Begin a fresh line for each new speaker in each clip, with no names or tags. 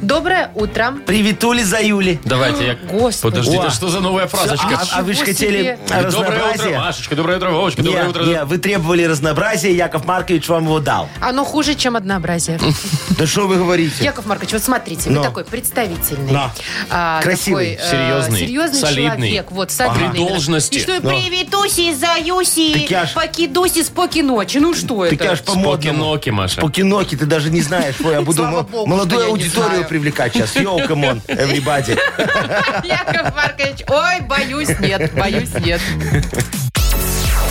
Доброе утро.
Приветули за Юли.
Давайте я...
Господи.
Подожди,
О.
это что за новая фразочка?
А, а вы же
Ничего
хотели
себе.
Доброе утро,
разнообразие.
Машечка. Доброе утро, Вовочка.
Не,
Доброе утро.
не, вы требовали разнообразия, Яков Маркович вам его дал.
Оно хуже, чем однообразие.
Да что вы говорите?
Яков Маркович, вот смотрите, вы
Но.
такой представительный.
Да.
а,
Красивый,
такой, э,
серьезный,
серьезный
солидный.
человек. Вот, солидный.
При должности.
И что, и приветуси,
Так я
заюси,
ж-
покидуси, споки ночи. Ну что
Так я
это?
ж по-модному.
Споки-ноки, Маша.
Покиноки, ты даже не знаешь. Ой, я буду
Слава
мол-
богу,
молодую
что я не
аудиторию
знаю.
привлекать сейчас. Йоу, камон, everybody.
Яков Маркович, ой, боюсь, нет, боюсь, нет.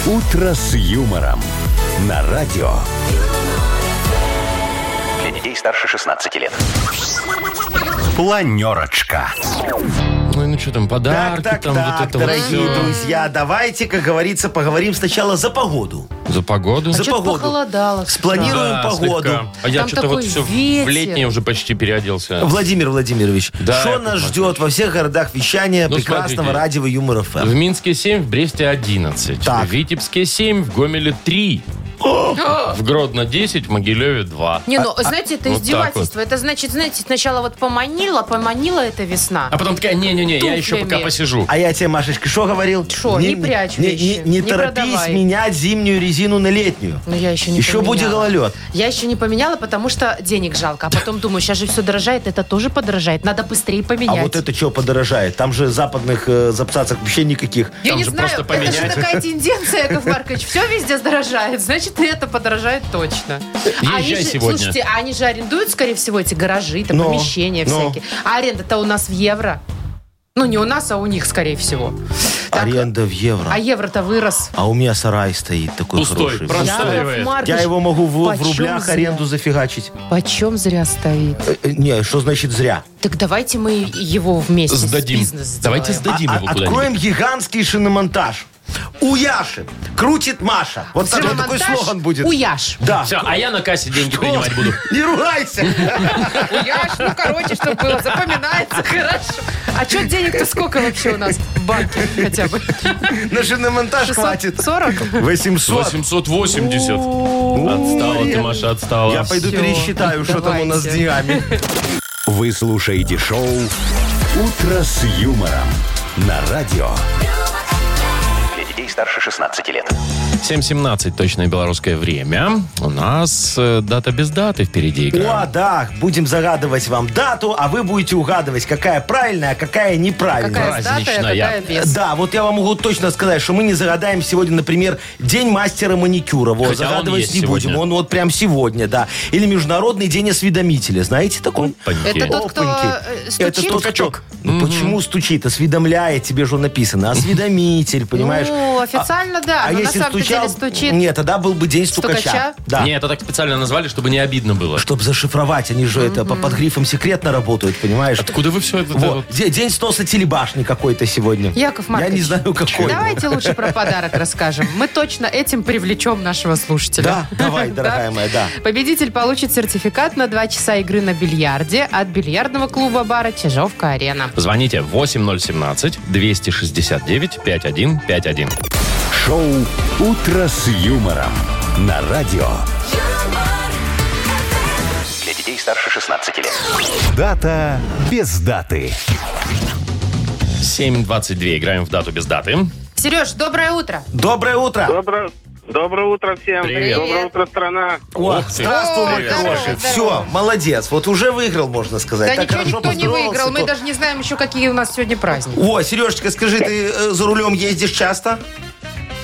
«Утро с юмором» на радио. Для детей старше 16 лет. Планерочка.
Ну и ну что там,
Так,
подарки,
так,
там вот
так,
это вот
дорогие
всё.
друзья, давайте, как говорится, поговорим сначала за погоду.
За погоду.
За
Что-то
погоду.
похолодало. с утра.
Спланирую- А планируем погоду.
слегка. А я
Там
что-то вот
такой
все в
ветер.
летнее уже почти переоделся.
Владимир Владимирович,
Да,
что
Яков
нас
Маркович.
ждет во всех городах вещания
Ну,
прекрасного
смотрите.
радио Юмор эм? ФМ?
В Минске 7, в Бресте 11.
Так.
В Витебске 7, в Гомеле 3. В Гродно 10, в Могилеве 2.
Не,
А,
ну, знаете, это
вот так
издевательство. Это значит, знаете, сначала вот поманила, поманила это весна.
А потом такая, не-не-не, я еще пока
Туфлями.
посижу.
А я тебе, Машечка, что говорил?
Шо, не прячь
не,
вещи,
не- не
не
торопись
продавай.
менять зимнюю резину на летнюю.
Ну, я еще не
Еще
поменяла.
будет гололед.
Я еще не поменяла, потому что денег жалко. А потом думаю, сейчас же все дорожает, это тоже подорожает. Надо быстрее
А
поменять.
вот это что подорожает? Там же западных э, запсацок вообще никаких.
Я
Там
не
же
знаю,
просто
это же
поменять.
такая тенденция, Яков Маркович. Все везде дорожает, значит, и это подорожает точно. Они
Езжай
же,
сегодня.
Слушайте, а они же арендуют, скорее всего, эти гаражи, там,
Но,
помещения
но.
всякие. А аренда-то у нас в евро. Ну, не у нас, а у них, скорее всего. Так,
Аренда в евро.
А
А,
евро-то вырос.
у меня сарай стоит такой
Пустой,
хороший.
просто.
Яков
Отстаивает.
Маркович,
Я его могу в, в
почем
рублях
зря?
аренду зафигачить.
почем зря стоит?
Э, э, не, что значит зря?
Так давайте мы его вместе
Сдадим.
с бизнес сделаем.
Давайте сдадим
А- а-
его куда-нибудь.
откроем гигантский шиномонтаж. У Яши крутит Маша. Вот так вот ну, такой
Шиномонтаж
слоган будет.
«Уяж».
Да.
Все, а я на кассе деньги принимать буду.
Не ругайся.
Уяж, ну короче, чтобы было, запоминается, хорошо. А что денег-то сколько вообще у нас в банке хотя бы?
На шиномонтаж хватит.
40?
800.
880. Отстала ты, Маша, отстала.
Я пойду
Всё,
пересчитаю, что там у нас с
давайте.
деньгами.
Вы слушаете шоу «Утро с юмором» на радио. Для детей старше 16 лет.
7.17, точное белорусское время. У нас э, дата без даты впереди игра.
О, да, будем загадывать вам дату, а вы будете угадывать, какая правильная, а какая неправильная.
Какая с датой, а
Праздничная.
какая без?
Да, вот я вам могу точно сказать, что мы не загадаем сегодня, например, День мастера маникюра. Вот,
Хотя он
загадывать
есть
не будем.
сегодня.
Он вот прям сегодня, да. Или Международный день осведомителя. Знаете такой?
Понедельник.
Это тот, кто,
Опаньки.
э, стучит?
Это тот, кто-
Стукачок.
Ну, почему стучит? Осведомляет, тебе же написано. Осведомитель, понимаешь?
Ну, официально да,
А
но на
если
самом-то
стучал...
деле стучит.
Нет, тогда был бы день стукача.
Стукача?
Да.
Не, это так специально назвали, чтобы не обидно было.
Чтобы зашифровать, они же это по- под грифом секретно работают, понимаешь?
Откуда вы все это?
Вот. Де- День сноса телебашни какой-то сегодня.
Яков
Я
Маркович,
не знаю, какой.
Давайте лучше про подарок расскажем. Мы точно этим привлечем нашего слушателя.
Да, давай, дорогая моя, да.
Победитель получит сертификат на 2 часа игры на бильярде от бильярдного клуба бара «Чижовка-арена».
Звоните 8017-269-5151.
Шоу «Утро с юмором» на радио. Для детей старше 16 лет. Дата без даты.
7.22. Играем в дату без даты.
Сереж, доброе утро.
Доброе утро.
Доброе, доброе утро всем.
Привет.
Доброе утро, страна.
О,
Ух ты.
здравствуй, мой
Привет.
хороший.
Здорово, здорово.
Все, молодец. Вот уже выиграл, можно сказать.
Да,
Так
ничего
хорошо
никто не
поздоровался,
выиграл. Мы
то-
даже не знаем еще, какие у нас сегодня праздники.
О, Сережечка, скажи, ты э, за рулем ездишь часто?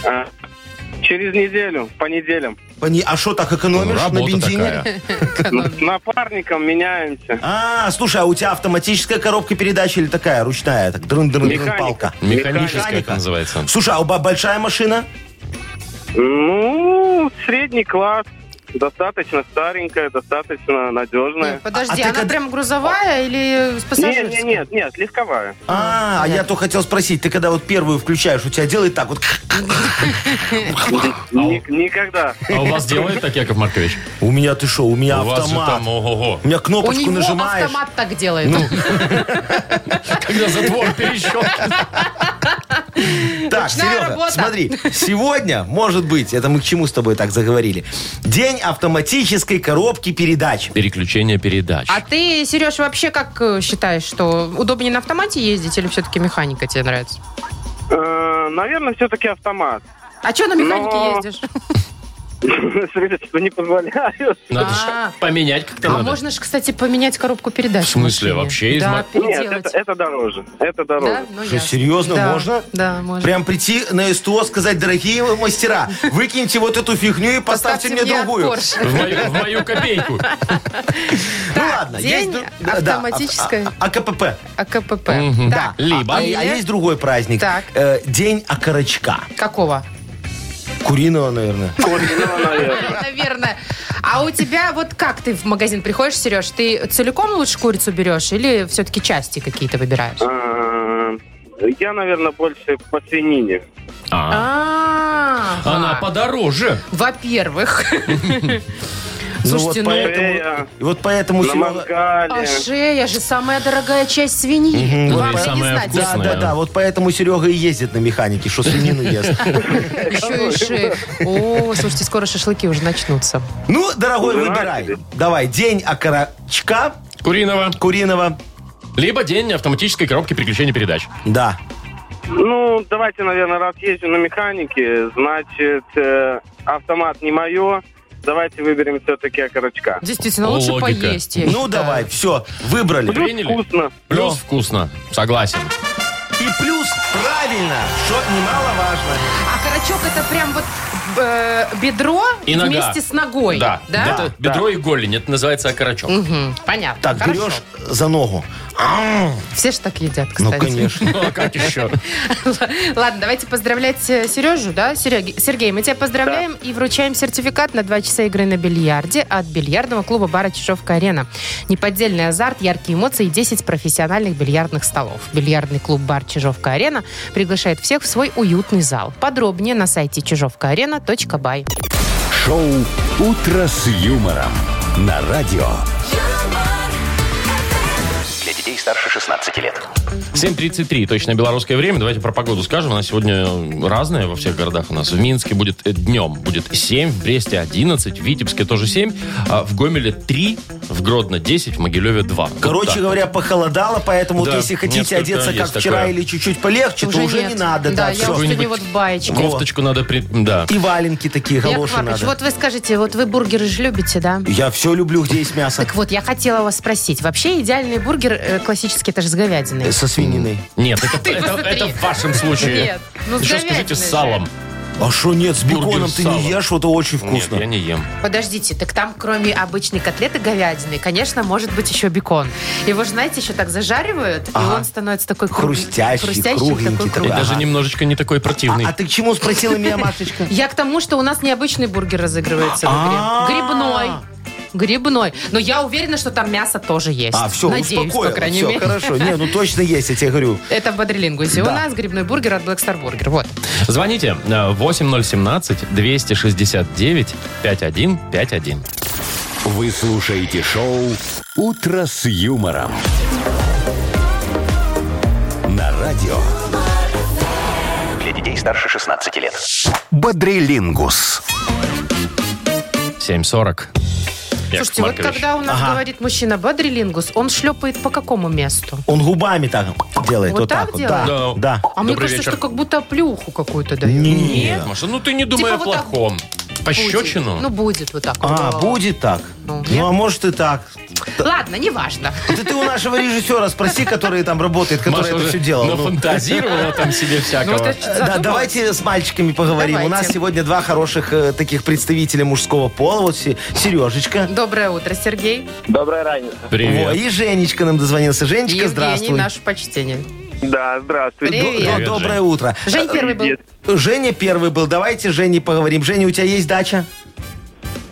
А, Через неделю, по неделям.
Пони- А что, так экономишь на
Ну, Работа
бензине?
такая.
С напарником меняемся.
А, слушай, а у тебя автоматическая коробка передач или такая ручная? Так, дрын дрын
Механика.
палка.
Механическая,
Механика.
как называется.
Слушай, а у ба- большая машина?
Ну, средний класс. Достаточно старенькая, достаточно надежная.
Нет, подожди,
А ты
она
как-
прям грузовая или с
Нет,
пассажирской?
нет, нет, нет, легковая.
А, а я то хотел спросить, ты когда вот первую включаешь, у тебя делает так вот.
Ни- никогда.
А у вас делает так, Яков Маркович?
У меня ты шо, у меня
у вас же
автомат.
там, ого-го.
У меня
У
кнопочку
него
нажимаешь.
автомат так делает.
Ну. Когда затвор перещелкнет.
Так,
Ручная
Серега,
работа.
смотри, сегодня, может быть, это мы к чему с тобой так заговорили, день автоматической коробки передач.
Переключение передач.
А ты, Сереж, вообще как э, считаешь, что удобнее на автомате ездить или все-таки механика тебе нравится?
Э, Наверное, все-таки автомат.
А что на механике
Но-
ездишь?
Средства не позволяют.
Надо ж
А.
поменять как-то
А
надо.
можно же, кстати, поменять коробку передач.
В смысле,
машине.
вообще из
Да,
ма-
Нет,
переделать.
это, это дороже.
Да?
Это дороже.
Ну,
Что,
ясно.
серьезно,
Да,
можно?
Да, можно.
Прям прийти на СТО, сказать, дорогие вы мастера, выкиньте вот эту фигню и поставьте, мне
от
другую.
Porsche.
В мою, в мою копейку.
Ну
Так,
ладно,
день
есть... дру- да, да,
автоматической-
а- а- АКПП.
АКПП.
Мгм.
Да.
Либо.
А, а есть другой праздник.
Так.
Э, день окорочка.
Какого?
Куриного, наверное.
Куриного, наверное.
Наверное. А у тебя вот как ты в магазин приходишь, Сереж? Ты целиком лучше курицу берешь или все-таки части какие-то выбираешь?
Э, Я, наверное, больше по свинине.
А.
А,
Она подороже.
Во-первых. Слушайте, ну...
ну, вот поэтому,
Шея.
и вот поэтому
На
Серега-
мангале.
А шея же самая дорогая часть свиньи.
Мгм. Да, и
Вам же не
самая
знать.
Да,
Вкусная.
да, да, вот поэтому Серега и ездит на механике, что свинину ест.
Еще и шея. О, слушайте, скоро шашлыки уже начнутся.
Ну, дорогой,
Жена
выбирай.
тебе.
Давай, день окорочка
Куриного.
куриного.
Либо день автоматической коробки переключения передач.
Да.
Ну, давайте, наверное, раз езжу на механике, значит, э, автомат не мое. Давайте выберем все-таки окорочка.
Действительно, лучше
Логика.
поесть. я
Ну,
считаю.
давай, все, выбрали.
Плюс
Приняли?
вкусно.
Плюс вкусно. Согласен.
И плюс правильно, что немаловажно.
А карачок это прям вот э, бедро
И нога.
вместе с ногой.
Да.
Да?
Это бедро и голень. Это называется окорочок.
Мгм, понятно.
Так,
Хорошо.
берешь за ногу.
Все же так едят,
Ну,
кстати.
конечно.
Ну, а как еще?
Ладно, давайте поздравлять э, Сережу, да? Сереги- Сергей, мы тебя поздравляем и вручаем сертификат на 2 часа игры на бильярде от бильярдного клуба бара «Чижовка-арена». Неподдельный азарт, яркие эмоции и 10 профессиональных бильярдных столов. Бильярдный клуб бар «Чижовка-арена» приглашает всех в свой уютный зал. Подробнее на сайте чижовкаарена.бай.
Шоу «Утро с юмором» на радио.
Для детей старше 16 лет.
7.33, точно белорусское время. Давайте про погоду скажем. Она сегодня разная во всех городах у нас. В Минске будет э, днем будет 7, в Бресте 11, в Витебске тоже 7, а в Гомеле 3, в Гродно 10, в Могилеве 2. Вот
Короче
так.
говоря, похолодало, поэтому вот
Да,
если хотите
несколько
одеться как
есть
вчера
такое.
или чуть-чуть полегче, то уже
нет.
не надо.
Да,
Да,
я
всё.
вот сегодня
Какой-нибудь
вот в баечке.
Кофточку надо... При... Да.
И валенки такие,
Яков
галоши
Маркович,
надо.
вот вы скажите, вот вы бургеры же любите, да?
Я все люблю, где есть мясо.
Так вот, я хотела вас спросить. Вообще идеальный бургер э, классический, это же с говядиной.
Э, Со свининой.
Нет, это, это,
посмотри.
это в вашем случае.
Нет, ну с
Еще
говядиной
скажите с
же.
салом.
А что нет, с
Бургер
беконом
с
ты не
салом.
ешь, вот это очень
Нет, я
вкусно.
не ем.
Подождите, так там кроме обычной котлеты говядины, конечно, может быть еще бекон. Его же, знаете, еще так зажаривают, и
Ага.
он становится такой круг-
Хрустящий, кругленький
такой
такой.
И
круглый.
даже
Ага.
немножечко не такой противный.
А, а ты к чему спросила меня, Машечка?
Я к тому, что у нас необычный бургер разыгрывается в игре.
А-а-а.
Грибной. Грибной. Но я уверена, что там мясо тоже есть.
А, все,
Надеюсь, по
успокоила.
крайней
все,
мере.
хорошо. Не, ну точно есть, я тебе говорю.
Это в Бодрилингусе. У
Да.
нас грибной бургер от Black Star Burger. Вот.
Звоните э, 8017-269-5151.
Вы слушаете шоу «Утро с юмором» на радио.
Для детей старше 16 лет.
Бодрилингус.
740. Яков
Слушайте,
Маркович.
вот когда у нас
Ага.
говорит мужчина бодрилингус, он шлепает по какому месту?
Он губами так делает.
Вот
Вот,
так
так, вот. Да,
делает?
да.
А мне
Добрый
кажется,
вечер.
что как будто плюху какую-то дает.
Не.
Нет, Маша, ну ты не думай
Типа
о
вот так
плохом.
Будет.
Пощечину?
Ну, будет вот так. вот.
А, будет так?
Ну,
Ну,
нет.
а может и так.
Ладно, неважно.
Это ты у нашего режиссера спроси, который там работает, который
Маша
это
уже
все делал. Ну, э,
нафантазировала там себе
Ну,
всякого.
может, я
Да,
задумалась.
давайте с мальчиками поговорим. У нас
Давайте.
сегодня два хороших э, таких представителя мужского пола. Вот Се- Сережечка.
Доброе утро, Сергей.
Добрая разница.
Во,
Привет.
и Женечка нам дозвонился. Женечка,
Евгений,
здравствуй.
наше почтение.
Да, здравствуйте.
Д-
Привет.
д- Доброе утро. Э,
Жень первый был.
Привет.
Женя первый был. Давайте Жене поговорим. Женя, у тебя есть дача?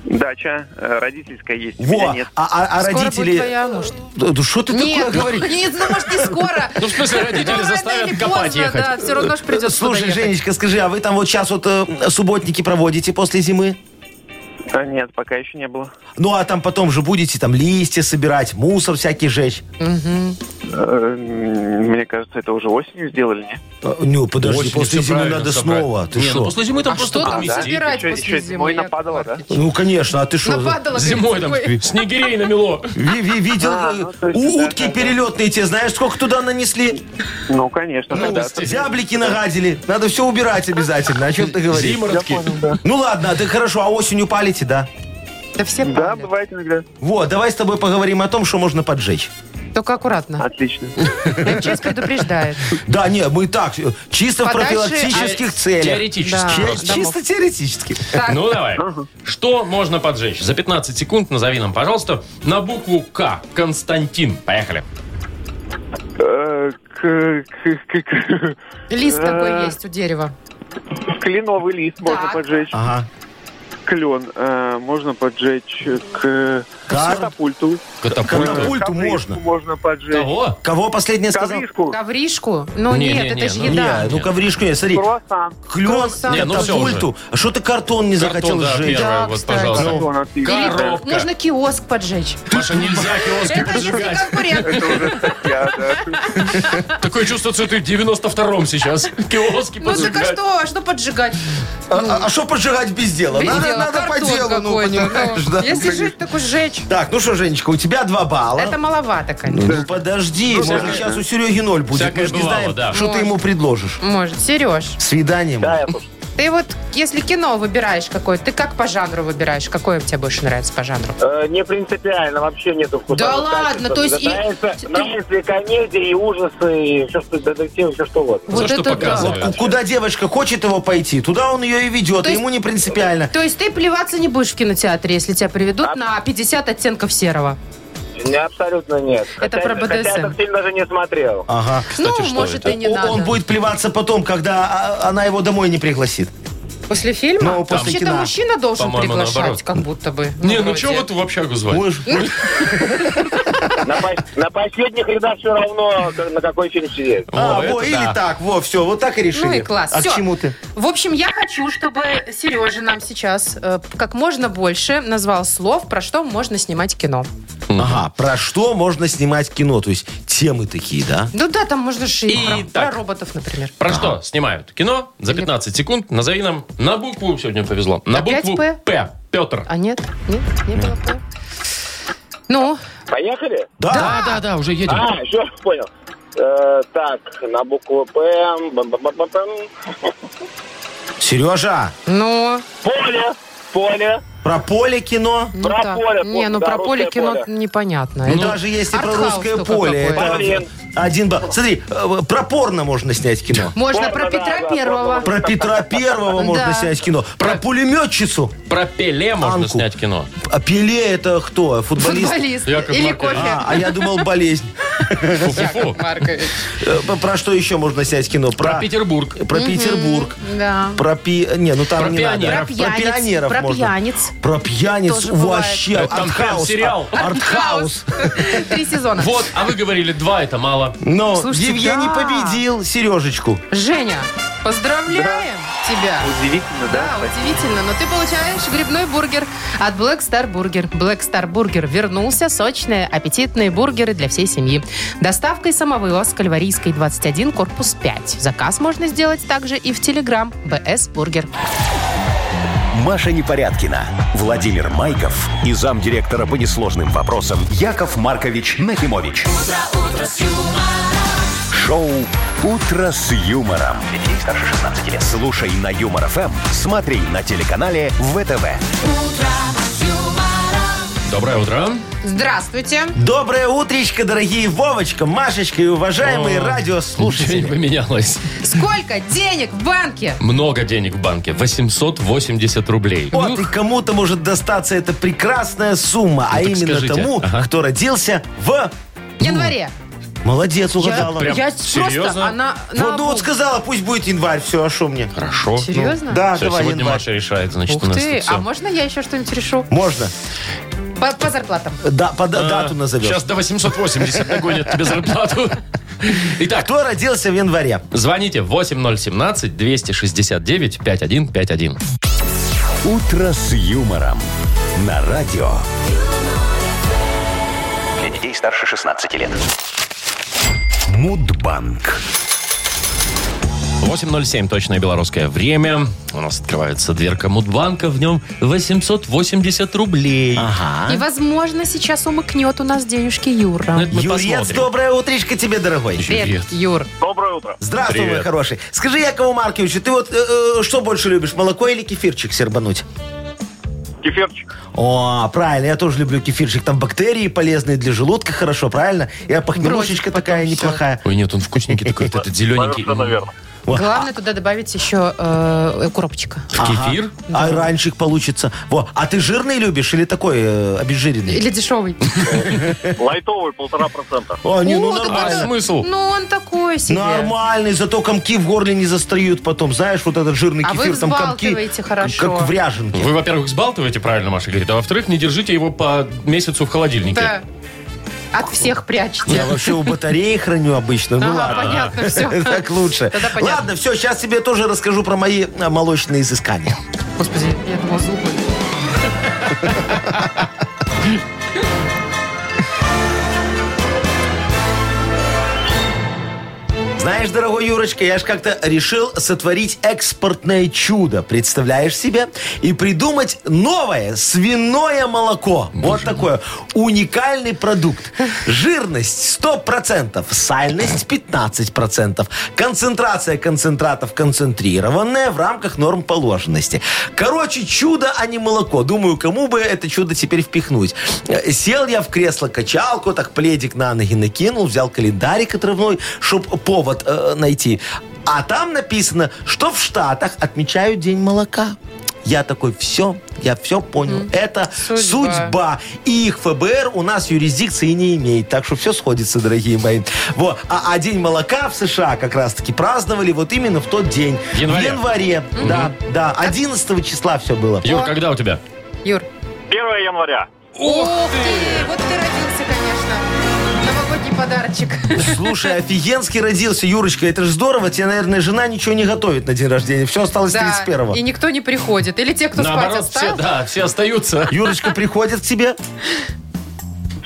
Дача, э, родительская есть, у меня
Во,
нет.
а, а- а
Скоро будет
родители...
твоя, может.
Да что ты такое
Нет, ну,
говоришь?
нет, ну, может, не скоро.
Ну, в смысле, родители
Ну, рано
заставят
или
копать
поздно,
ехать.
Да, все равно же придется
Слушай,
туда ехать.
Женечка, скажи, а вы там вот сейчас вот э, субботники проводите после зимы?
Да нет, пока еще не было.
Ну, а там потом же будете там листья собирать, мусор всякий жечь.
Э, м, Мне кажется, это уже осенью сделали, не?
Э, Ну, подожди,
Осенью
после
всё
зимы
правильно
надо
собрать.
снова. Ты
Не, ну
что?
после зимы там
А
просто
что там
помести.
собирать
Еще-
после
еще
зимы?
зимой
Яков
нападало, да?
Маркович?
Ну, конечно, а ты что? за-
Нападало,
Зимой там
говорит, такой.
снегирей намело.
Ви- ви- Видел
А,
э,
ну, то есть, да,
утки
да, да.
перелетные те, знаешь, сколько туда нанесли?
Ну, конечно,
Ну,
да.
естественно.
Зяблики нагадили. Надо все убирать обязательно. О чем ты говоришь?
Зимородки.
Ну ладно, ты хорошо, а осенью палите, да?
Да все
Да,
палят.
бывает иногда.
Вот, давай с тобой поговорим о том, что можно поджечь.
Только аккуратно.
Отлично.
МЧС предупреждает.
Да, не, мы так, э, чисто в
Подальше от
профилактических целях.
Теоретически.
Да.
Че-
просто.
Чисто теоретически.
Так,
Ну, давай. Что можно поджечь? За 15 секунд назови нам, пожалуйста, на букву К. Константин. Поехали.
Э, к- к- к- к-
лист такой
Э,
есть у дерева.
Кленовый лист можно
Так.
поджечь.
Ага.
Клен э, можно поджечь к
Кар-
катапульту.
Катапульта.
Катапульт. Катапульту можно.
можно поджечь.
Кого?
Кого последнее сказал?
Ковришку.
Ковришку? Ну
Не, не,
нет,
не,
это же
ну,
еда.
Не, ну
Нет.
ковришку нет, смотри.
Круассан.
Клен,
Круассан. Не,
ну всё
катапульту. А что ты картон не захотел
Картон, да,
сжечь?
первое,
Да,
вот,
кстати.
пожалуйста.
Картон отлично.
Или
Коробка.
можно киоск поджечь.
Маша, нельзя киоски
Это если
поджигать.
Это
конкурент.
уже статья, да.
Такое чувство, что ты в 92-м сейчас. Киоски
Ну так а
поджигать.
что? А что поджигать?
А что поджигать без дела?
Без
Надо
дела,
надо по
картон
делу, ну,
какой-то, ну.
понимаешь, да.
Если жить, так уж жечь.
Так, ну что, Женечка, у тебя два балла.
Это маловато, конечно.
Ну подожди, может сейчас у Сереги ноль будет.
всякое
Мы же не
бывало,
знаем,
да.
что ты ему предложишь.
Может, Сереж,
Свиданием.
Да, я тоже.
ты вот, если кино выбираешь какое, ты как по жанру выбираешь? Какое тебе больше нравится по жанру?
Э, Не принципиально, вообще нету вкуса.
Да ладно, то есть и-
Нравится,
ты-
нравится и комедия, и ужасы, и все, что детективы, все что угодно.
Всё,
Вот
что
это да.
показывают.
Вот ку- куда девочка хочет его пойти, туда он ее и ведет,
То
и
есть-
ему не принципиально.
То есть ты плеваться не будешь в кинотеатре, если тебя приведут
А-
на 50 оттенков серого.
Не, Абсолютно нет.
Это про
Хотя
BDSM.
этот фильм даже не смотрел.
Ага.
Кстати,
ну,
что
может,
это?
и не
О-
надо.
Он будет плеваться потом, когда а, она его домой не пригласит.
После фильма?
Ну, после
Вообще-то
кино.
мужчина должен
По-моему,
приглашать,
наоборот.
как будто бы.
Не, ну
вроде.
чего вот вообще звать?
Ой,
Ну,
ж-
На, пос- на последних рядах все равно, к- на какой фильм сидеть.
О,
А, во,
это
или
да.
так, во, все, вот так и решили.
Ну и класс.
А
Всё.
к чему ты?
В общем, я хочу, чтобы Сережа нам сейчас э, как можно больше назвал слов, про что можно снимать кино.
Ага, про что можно снимать кино? То есть темы такие, да?
Ну да, там можно же и
И
про-
так.
про роботов, например.
Про что снимают кино за 15 секунд? Назови нам на букву, сегодня повезло, на
Опять
букву
«П»?
П. Петр.
А нет, нет, не было П. Ну,
Поехали?
Да.
да, да, уже едем.
А, все, понял. Э, так, на букву П. бам-бам-бам-бам-бам.
Сережа,
ну,
Поле. Поле.
про поле кино?
ну
Про
так.
поле,
не, ну
да,
про поле
русское
кино
поле.
непонятно.
Ну,
Это
даже если про
артхаус
русское
только
поле, это
какой-то.
Блин.
один балл. Смотри, э, про порно можно снять кино.
Можно
Можно,
про
да,
Петра
да,
Первого.
можно.
Про Петра Первого можно
Да.
снять кино. Про пулеметчицу.
Про Пеле можно
Анку.
снять кино.
А Пеле это кто? Футболист?
Футболист.
Яков
Или
Маркович.
А,
кофе.
а я думал болезнь.
Фу-фу-фу.
Маркович.
Э, Про что еще можно снять кино?
Про Петербург.
Про Петербург.
Да.
Про пи... Не, ну там
Про
не
пионеров.
надо.
Про пьяниц, про
можно.
пьяниц.
Про пьяниц
Тоже бывает.
вообще.
Это там прям
Артхаус.
сериал.
а- Артхаус.
Три сезона.
Вот, а вы говорили, два это мало.
Но
Слушайте,
Ну, Евгений
да.
победил Сережечку.
Женя, поздравляем тебя.
Удивительно,
Да, удивительно, но ты получаешь грибной бургер от Black Star Burger. Black Star Burger вернулся. Сочные, аппетитные бургеры для всей семьи. Доставка и самовывоз с Кальварийской 21, корпус 5. Заказ можно сделать также и в Телеграм БС Бургер.
Маша Непорядкина, Владимир Майков и замдиректора по несложным вопросам Яков Маркович Нахимович. Шоу Утро с юмором. Детей старше 16 лет. Слушай на юмор ФМ, смотри на телеканале ВТВ.
Доброе утро.
Здравствуйте.
Доброе утречко, дорогие Вовочка, Машечка и уважаемые
О, Ничего не
радиослушатели.
поменялось.
Сколько денег в банке?
Много денег в банке. 880 рублей.
Вот и кому-то может достаться эта прекрасная сумма, а
Ну, так
именно
скажите.
тому,
Ага.
кто родился в
В январе.
в Молодец, угадала.
прям
я просто,
серьезно?
она...
Вот, ну, вот сказала, пусть будет январь, все, а что мне?
Хорошо.
Серьезно?
Да,
Все,
давай
сегодня
январь.
Маша решает, значит, у
Ух
нас
ты,
тут
а
все.
можно я еще что-нибудь решу?
Можно?
По, по зарплатам.
Да, по
А,
да- дату назовешь.
Сейчас до 880 догонят тебе зарплату. Итак,
Кто родился в январе?
звоните 8017-269-5151.
«Утро с юмором» на радио.
Для детей старше 16 лет.
Мудбанк.
8.07, точное белорусское время. У нас открывается дверка Мудбанка, в нем 880 рублей.
И, возможно, сейчас умыкнет у нас денежки
Ну,
Юра.
это мы
Юрец,
посмотрим.
доброе утречко тебе, дорогой.
Привет.
Юр.
Доброе утро.
Здравствуй, мой
Привет.
хороший. Скажи, Якову Марковичу, ты вот э, э, что больше любишь, молоко или кефирчик сербануть?
Кефирчик.
О, правильно, я тоже люблю кефирчик. Там бактерии полезные для желудка, хорошо, правильно? И похмелушечка такая неплохая.
Ой, нет, он вкусненький такой, вот этот зелененький.
Кажется, наверное.
Главное туда добавить еще э, укропчика.
В кефир?
А ранчик получится. Во. А ты жирный любишь или такой э, обезжиренный?
Или дешевый.
Лайтовый полтора процента.
О, не, ну
О, так
нормально.
А
это-
смысл?
Ну, он такой себе.
Нормальный, зато комки в горле не застают потом. Знаешь, вот этот жирный
А вы
кефир, там комки,
взбалтываете
к-
хорошо.
как в ряженке.
Вы, во-первых, сбалтываете правильно, Маша говорит, а во-вторых, не держите его по месяцу в холодильнике.
Да. От всех прячете.
Я вообще у батареи храню обычно. Ну
Ага,
ладно.
понятно, все.
Так лучше.
Тогда понятно.
Ладно, все, сейчас тебе тоже расскажу про мои а, молочные изыскания.
Господи, я думала, зубы.
Знаешь, дорогой Юрочка, я же как-то решил сотворить экспортное чудо, представляешь себе? И придумать новое свиное молоко. вот такое. Уникальный продукт. Жирность 100%, сальность 15%, концентрация концентратов концентрированная в рамках норм положенности. Короче, чудо, а не молоко. Думаю, кому бы это чудо теперь впихнуть. Э, Сел я в кресло-качалку, так пледик на ноги накинул, взял календарик отрывной, чтобы повод э, найти. А там написано, что в Штатах отмечают День молока. Я такой, все, я все понял. Это
Судьба.
судьба. И их ФБР у нас юрисдикции не имеет. Так что все сходится, дорогие мои. Вот. А, а День молока в США как раз-таки праздновали вот именно в тот день.
В январе.
В январе, да, да. 11 числа все было.
Юр, когда у тебя?
Юр.
1 января.
Ух ты! Вот ты родился, конечно. Новогодний подарочек.
Слушай, офигенски родился, Юрочка. Это же здорово. Тебе, наверное, жена ничего не готовит на день рождения. Все осталось
Да,
31-го.
и никто не приходит. Или те, кто спать
Наоборот, все,
отстал.
да, все остаются.
Юрочка приходит к тебе.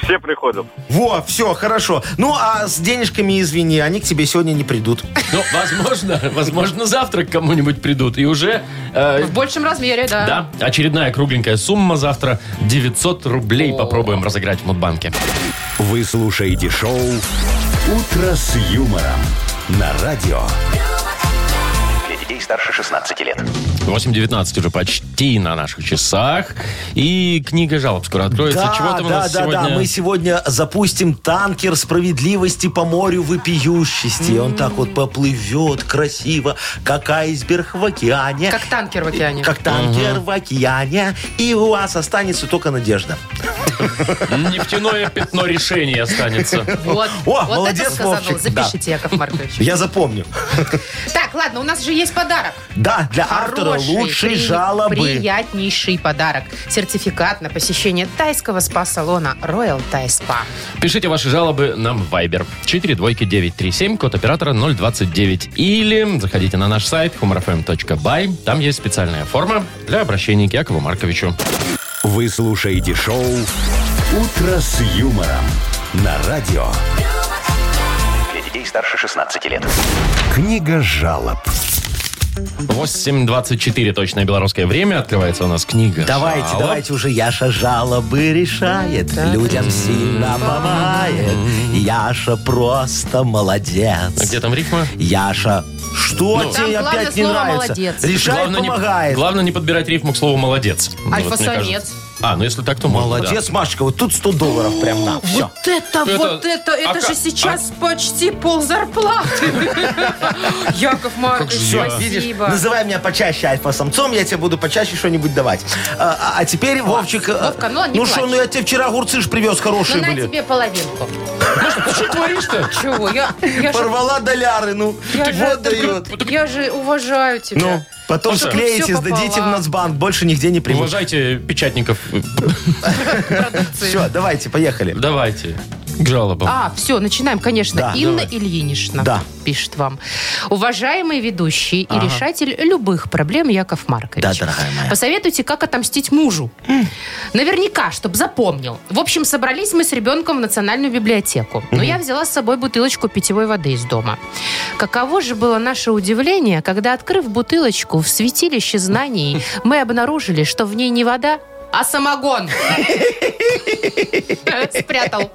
Все приходят.
Во, все, хорошо. Ну, а с денежками, извини, они к тебе сегодня не придут.
Ну, возможно, возможно, завтра к кому-нибудь придут. И уже, э,
В большем размере, да.
да, очередная кругленькая сумма завтра. 900 рублей попробуем разыграть в Мудбанке.
Вы слушаете шоу «Утро с юмором» на радио.
Для детей старше 16 лет.
8.19 уже почти на наших часах. И книга жалоб скоро откроется. Чего там у
да,
нас
да,
сегодня?
да. Мы сегодня запустим танкер справедливости по морю вопиющести. Он так вот поплывет красиво, как айсберг в океане.
Как танкер в океане.
Как танкер в океане. И у вас останется только надежда.
Нефтяное пятно решения останется.
Вот,
О,
вот
молодец,
это сказал.
Вовчик, да.
Запишите, Яков Маркович.
Я запомню.
Так, ладно, у нас же есть подарок.
Да, для автора
Хороший,
лучшей
при-
жалобы.
Приятнейший подарок. Сертификат на посещение тайского спа-салона Royal Thai Spa.
Пишите ваши жалобы нам в Viber. 4 двойки 937, код оператора 029. Или заходите на наш сайт humorfm.by. Там есть специальная форма для обращения к Якову Марковичу.
Вы слушаете шоу «Утро с юмором» на радио.
Для детей старше 16 лет.
Книга жалоб.
8.24 точное белорусское время. Открывается у нас книга.
Давайте,
жалоб.
давайте уже Яша жалобы решает, людям сильно помогает. Яша просто
А
молодец.
Где там рифма?
Яша, что
Ну.
тебе
Там главное
опять не
слово
нравится?
«молодец».
Решает,
не,
помогает.
главное не подбирать рифму к слову «молодец». Ну, вот мне
Альфа-самец.
кажется. А, ну если так, то можно,
Молодец, Машечка, вот тут 100 долларов прям на. Все.
Вот это,
Это-
вот это, это
а
же
ка-
сейчас почти пол зарплаты. Яков Маркович,
Всё,
Видишь,
спасибо.
называй меня почаще альфа-самцом, я тебе буду почаще что-нибудь давать. А, а- а теперь, Вовчик... э,
Вовка, ну ладно, не
ну что,
плачь.
ну я тебе вчера огурцы ж привез,
Ну
хорошие
на
были.
тебе половинку.
да. Ты что творишь-то?
Чего? Я, я, же,
Порвала доляри, ну.
я, же-
Вот дает.
я же уважаю тебя.
Ну, потом
Слушай,
склеите,
всё
сдадите в
пополам.
Нацбанк, больше нигде не примут.
Уважайте печатников.
Все, давайте, поехали.
Давайте. К жалобам.
А, все, начинаем, конечно.
Да,
Инна
давай.
Ильинична
Да.
пишет вам. Уважаемый ведущий и решатель любых проблем Яков Маркович.
Да, дорогая моя.
Посоветуйте, как отомстить мужу. Наверняка, чтобы запомнил. В общем, собрались мы с ребенком в национальную библиотеку. Но я взяла с собой бутылочку питьевой воды из дома. Каково же было наше удивление, когда, открыв бутылочку в святилище знаний, мы обнаружили, что в ней не вода, а самогон. Спрятал.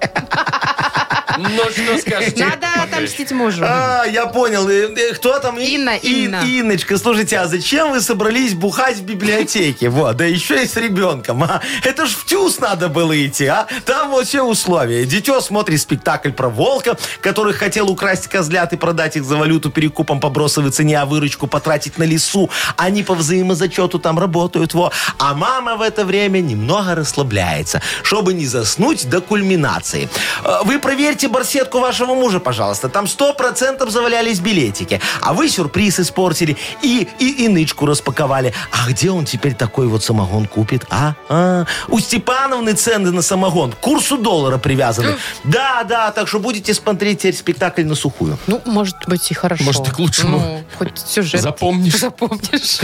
Ну что скажете?
А. Надо отомстить мужу.
А, я понял. Э, э, Кто там? И-
Инна,
И-
Инна.
Инночка, слушайте, а зачем вы собрались бухать в библиотеке? Вот, да еще и с ребенком. а? Это ж в тюз надо было идти, а? Там вот все условия. Дитё смотрит спектакль про волка, который хотел украсть козлят и продать их за валюту перекупом по бросовой цене, а выручку потратить на лесу. Они по взаимозачету там работают, во. А мама в это время немного расслабляется, чтобы не заснуть до кульминации. Э, Вы проверьте барсетку вашего мужа, пожалуйста. Там 100% завалялись билетики. А вы сюрприз испортили и, и инычку распаковали. А где он теперь такой вот самогон купит, а? А, У Степановны цены на самогон к курсу доллара привязаны. Да, да, так что будете смотреть теперь спектакль на сухую.
Ну, может быть, и хорошо.
Может, и к лучшему.
Ну, хоть сюжет.
Запомнишь.
Запомнишь.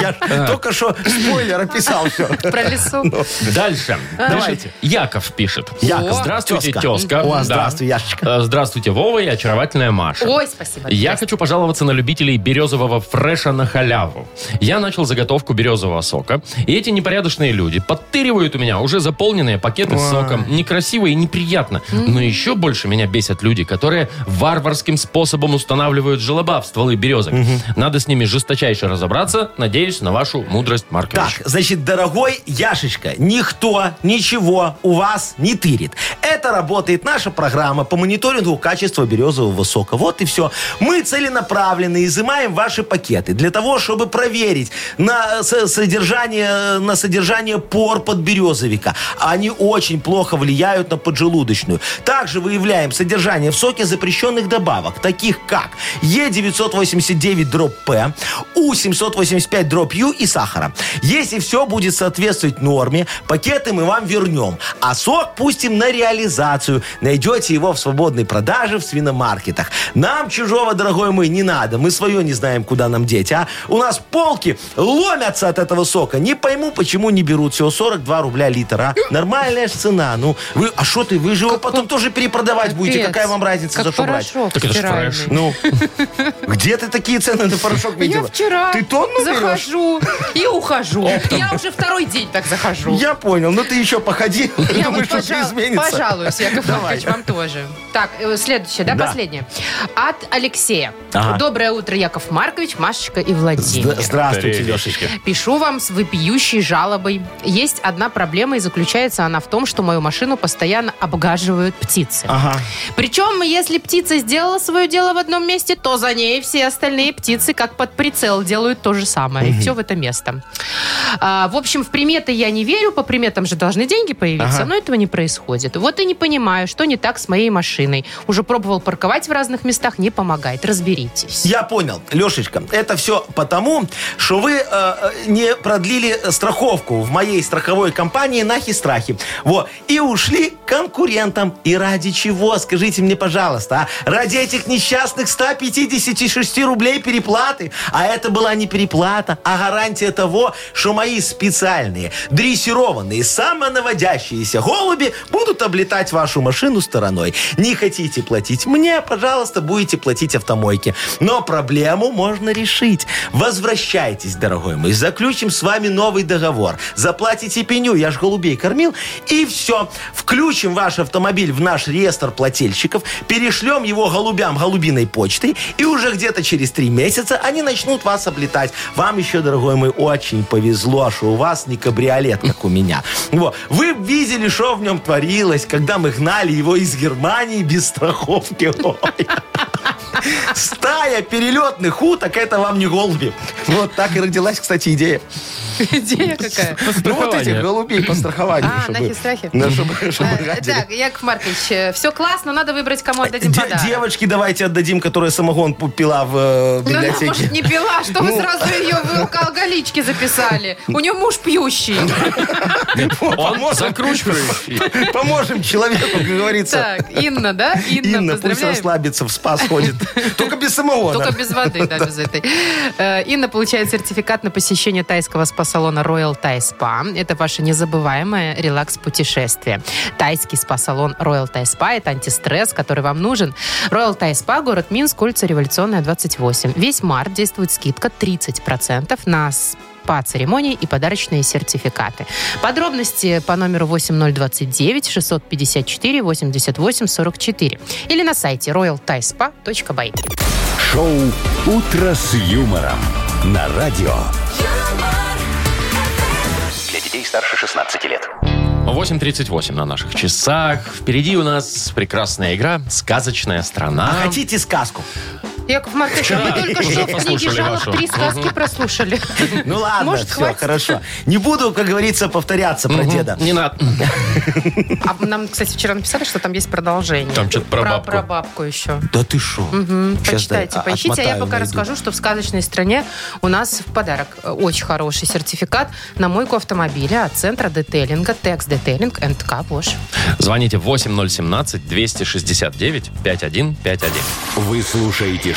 Я только что спойлер описал все.
Про лесу.
Ну. Дальше. Давайте. Яков пишет.
А. Яков.
Здравствуйте,
Тезка.
тезка.
О,
Да.
здравствуй, Яшечка.
Э, Здравствуйте, Вова и очаровательная Маша.
Ой, спасибо.
Я хочу пожаловаться на любителей березового фреша на халяву. Я начал заготовку березового сока, и эти непорядочные люди подтыривают у меня уже заполненные пакеты с соком. Некрасиво и неприятно. Но еще больше меня бесят люди, которые варварским способом устанавливают желоба в стволы березок. Надо с ними жесточайше разобраться. Надеюсь на вашу мудрость, Маркович.
Так, значит, дорогой Яшечка, никто ничего у вас не тырит. Это работает наша программа по мониторингу качества березового сока. Вот и все. Мы целенаправленно изымаем ваши пакеты для того, чтобы проверить на э, со- содержание, э, на содержание пор подберезовика. Они очень плохо влияют на поджелудочную. Также выявляем содержание в соке запрещенных добавок, таких как Е989 дробь П, У785 дробь Ю и сахара. Если все будет соответствовать норме, пакеты мы вам вернем, а сок пустим на реализацию. Найдете его в свободной продаже в свиномаркетах. Нам чужого, дорогой мой, не надо. Мы свое не знаем, куда нам деть, а? У нас полки ломятся от этого сока. Не пойму, почему не берут всего 42 рубля литр, а? Нормальная ж цена. Ну, вы, а что ты, вы же его потом тоже перепродавать будете.
Капец.
Какая вам разница,
Как
за что брать?
порошок
Так это ж
стиральный.
фреш.
Ну, где ты такие цены на порошок
Я
видела?
вчера
Ты тонну берешь?
захожу и ухожу. Я уже второй день так захожу.
Я понял, ну ты еще походи.
Я
Думаю,
вот
что все
пожал-
изменится.
пожалуюсь, Яков
Давай.
Маркович, вам тоже. Так, э, следующее, да,
Да.
последнее. От Алексея.
Ага.
Доброе утро, Яков Маркович, Машечка и Владимир.
Зд- Здравствуйте, Лешечка.
Пишу вам с вопиющей жалобой. Есть одна проблема, и заключается она в том, что мою машину постоянно обгаживают птицы.
Ага.
Причем, если птица сделала свое дело в одном месте, то за ней все остальные птицы, как под прицел, делают то же самое. И все в это место. А, в общем, в приметы я не верю, по приметам же должны деньги появиться,
Ага.
но этого не происходит. Вот и не понимаю, что не так с моей машиной. Уже пробовал парковать в разных местах, не помогает. Разберитесь.
Я понял, Лешечка, это все потому, что вы э, э, не продлили страховку в моей страховой компании Нахи Страхи. Вот. И ушли к конкурентам. И ради чего, скажите мне, пожалуйста, а? Ради этих несчастных 156 рублей переплаты. А это была не переплата, а гарантия того, что мои специальные, дрессированные, самонаводящиеся голуби будут облетать вашу машину с стороной. Не хотите платить мне, пожалуйста, будете платить автомойке. Но проблему можно решить. Возвращайтесь, дорогой мой, заключим с вами новый договор. Заплатите пеню, я ж голубей кормил, и все. Включим ваш автомобиль в наш реестр плательщиков, перешлем его голубям голубиной почтой, и уже где-то через три месяца они начнут вас облетать. Вам еще, дорогой мой, очень повезло, что у вас не кабриолет, как у меня. Вот. Вы б видели, что в нем творилось, когда мы гнали его из Германии без страховки. Ой. Стая перелетных уток, это вам не голуби. Вот так и родилась, кстати, идея.
Идея какая.
Ну вот этих
Страхование.
голубей по страхованию.
А,
чтобы-
нахи страхи.
Ну, чтобы- чтобы
Э,
гадили.
Так, Яков Маркович, все классно, надо выбрать, кому отдадим
Де-
подарок.
Девочке давайте отдадим, которая самогон пу- пила в э,
Ну, она, может,
библиотеке. Ну.
не пила, что вы сразу ее в алкоголички записали. У нее муж пьющий.
Он закручивающий.
Поможем человеку, как говорится.
Так, Инна, да? Инна,
Инна, пусть
поздравляем.
расслабится, в спа сходит. Только без самогона.
Только без воды, да, без этой. Э, Инна получает сертификат на посещение тайского спа-салона Royal Thai Spa. Это ваше незабываемое релакс-путешествие. Тайский спа-салон Royal Thai Spa – это антистресс, который вам нужен. Royal Thai Spa, город Минск, улица Революционная, 28. Весь март действует скидка 30% на по церемонии и подарочные сертификаты. Подробности по номеру 8029 654 88 44 или на сайте royalthaispa.by.
Шоу «Утро с юмором» на радио.
Для детей старше 16 лет.
8.38 на наших часах. Впереди у нас прекрасная игра «Сказочная
А
страна».
хотите сказку?
Яков Маркович,
Вчера
мы только что в книге
послушали
жалоб
вашу.
три сказки прослушали.
Ну ладно,
Может,
все,
хватит?
хорошо. Не буду, как говорится, повторяться про деда.
Не надо.
А нам, кстати, вчера написали, что там есть продолжение.
Там что-то про бабку.
Про бабку еще.
Да ты шо?
М,
Щас дай,
Почитайте,
а-
поищите. А я
отмотаю,
пока
найду.
расскажу, что в сказочной стране у нас в подарок э, очень хороший сертификат на мойку автомобиля от центра детейлинга Текс Детейлинг and Car Wash.
Звоните 8017-269-5151.
Вы слушаете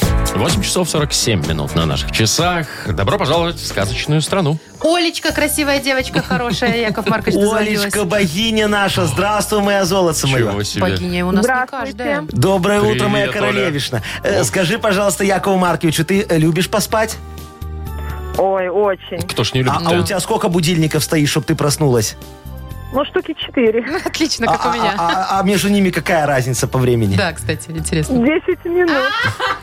8 часов 47 минут на наших часах. Добро пожаловать в сказочную страну.
Олечка, красивая девочка, хорошая. Яков Маркович дозвонилась.
Олечка, богиня наша, здравствуй, моя золото мое.
Чего себе.
Богиня у нас не
Здравствуйте.
каждая.
Доброе
Привет,
утро, моя
Оля.
королевишна. Э,
Ох.
Скажи, пожалуйста, Якову Марковичу, ты э, любишь поспать?
Ой, очень.
Кто ж не любит?
А, а у тебя сколько будильников стоит, чтобы ты проснулась?
Ну, штуки четыре.
Отлично, как
а,
у
а-
меня.
а- а между ними какая разница по времени?
Да, кстати, интересно.
Десять минут.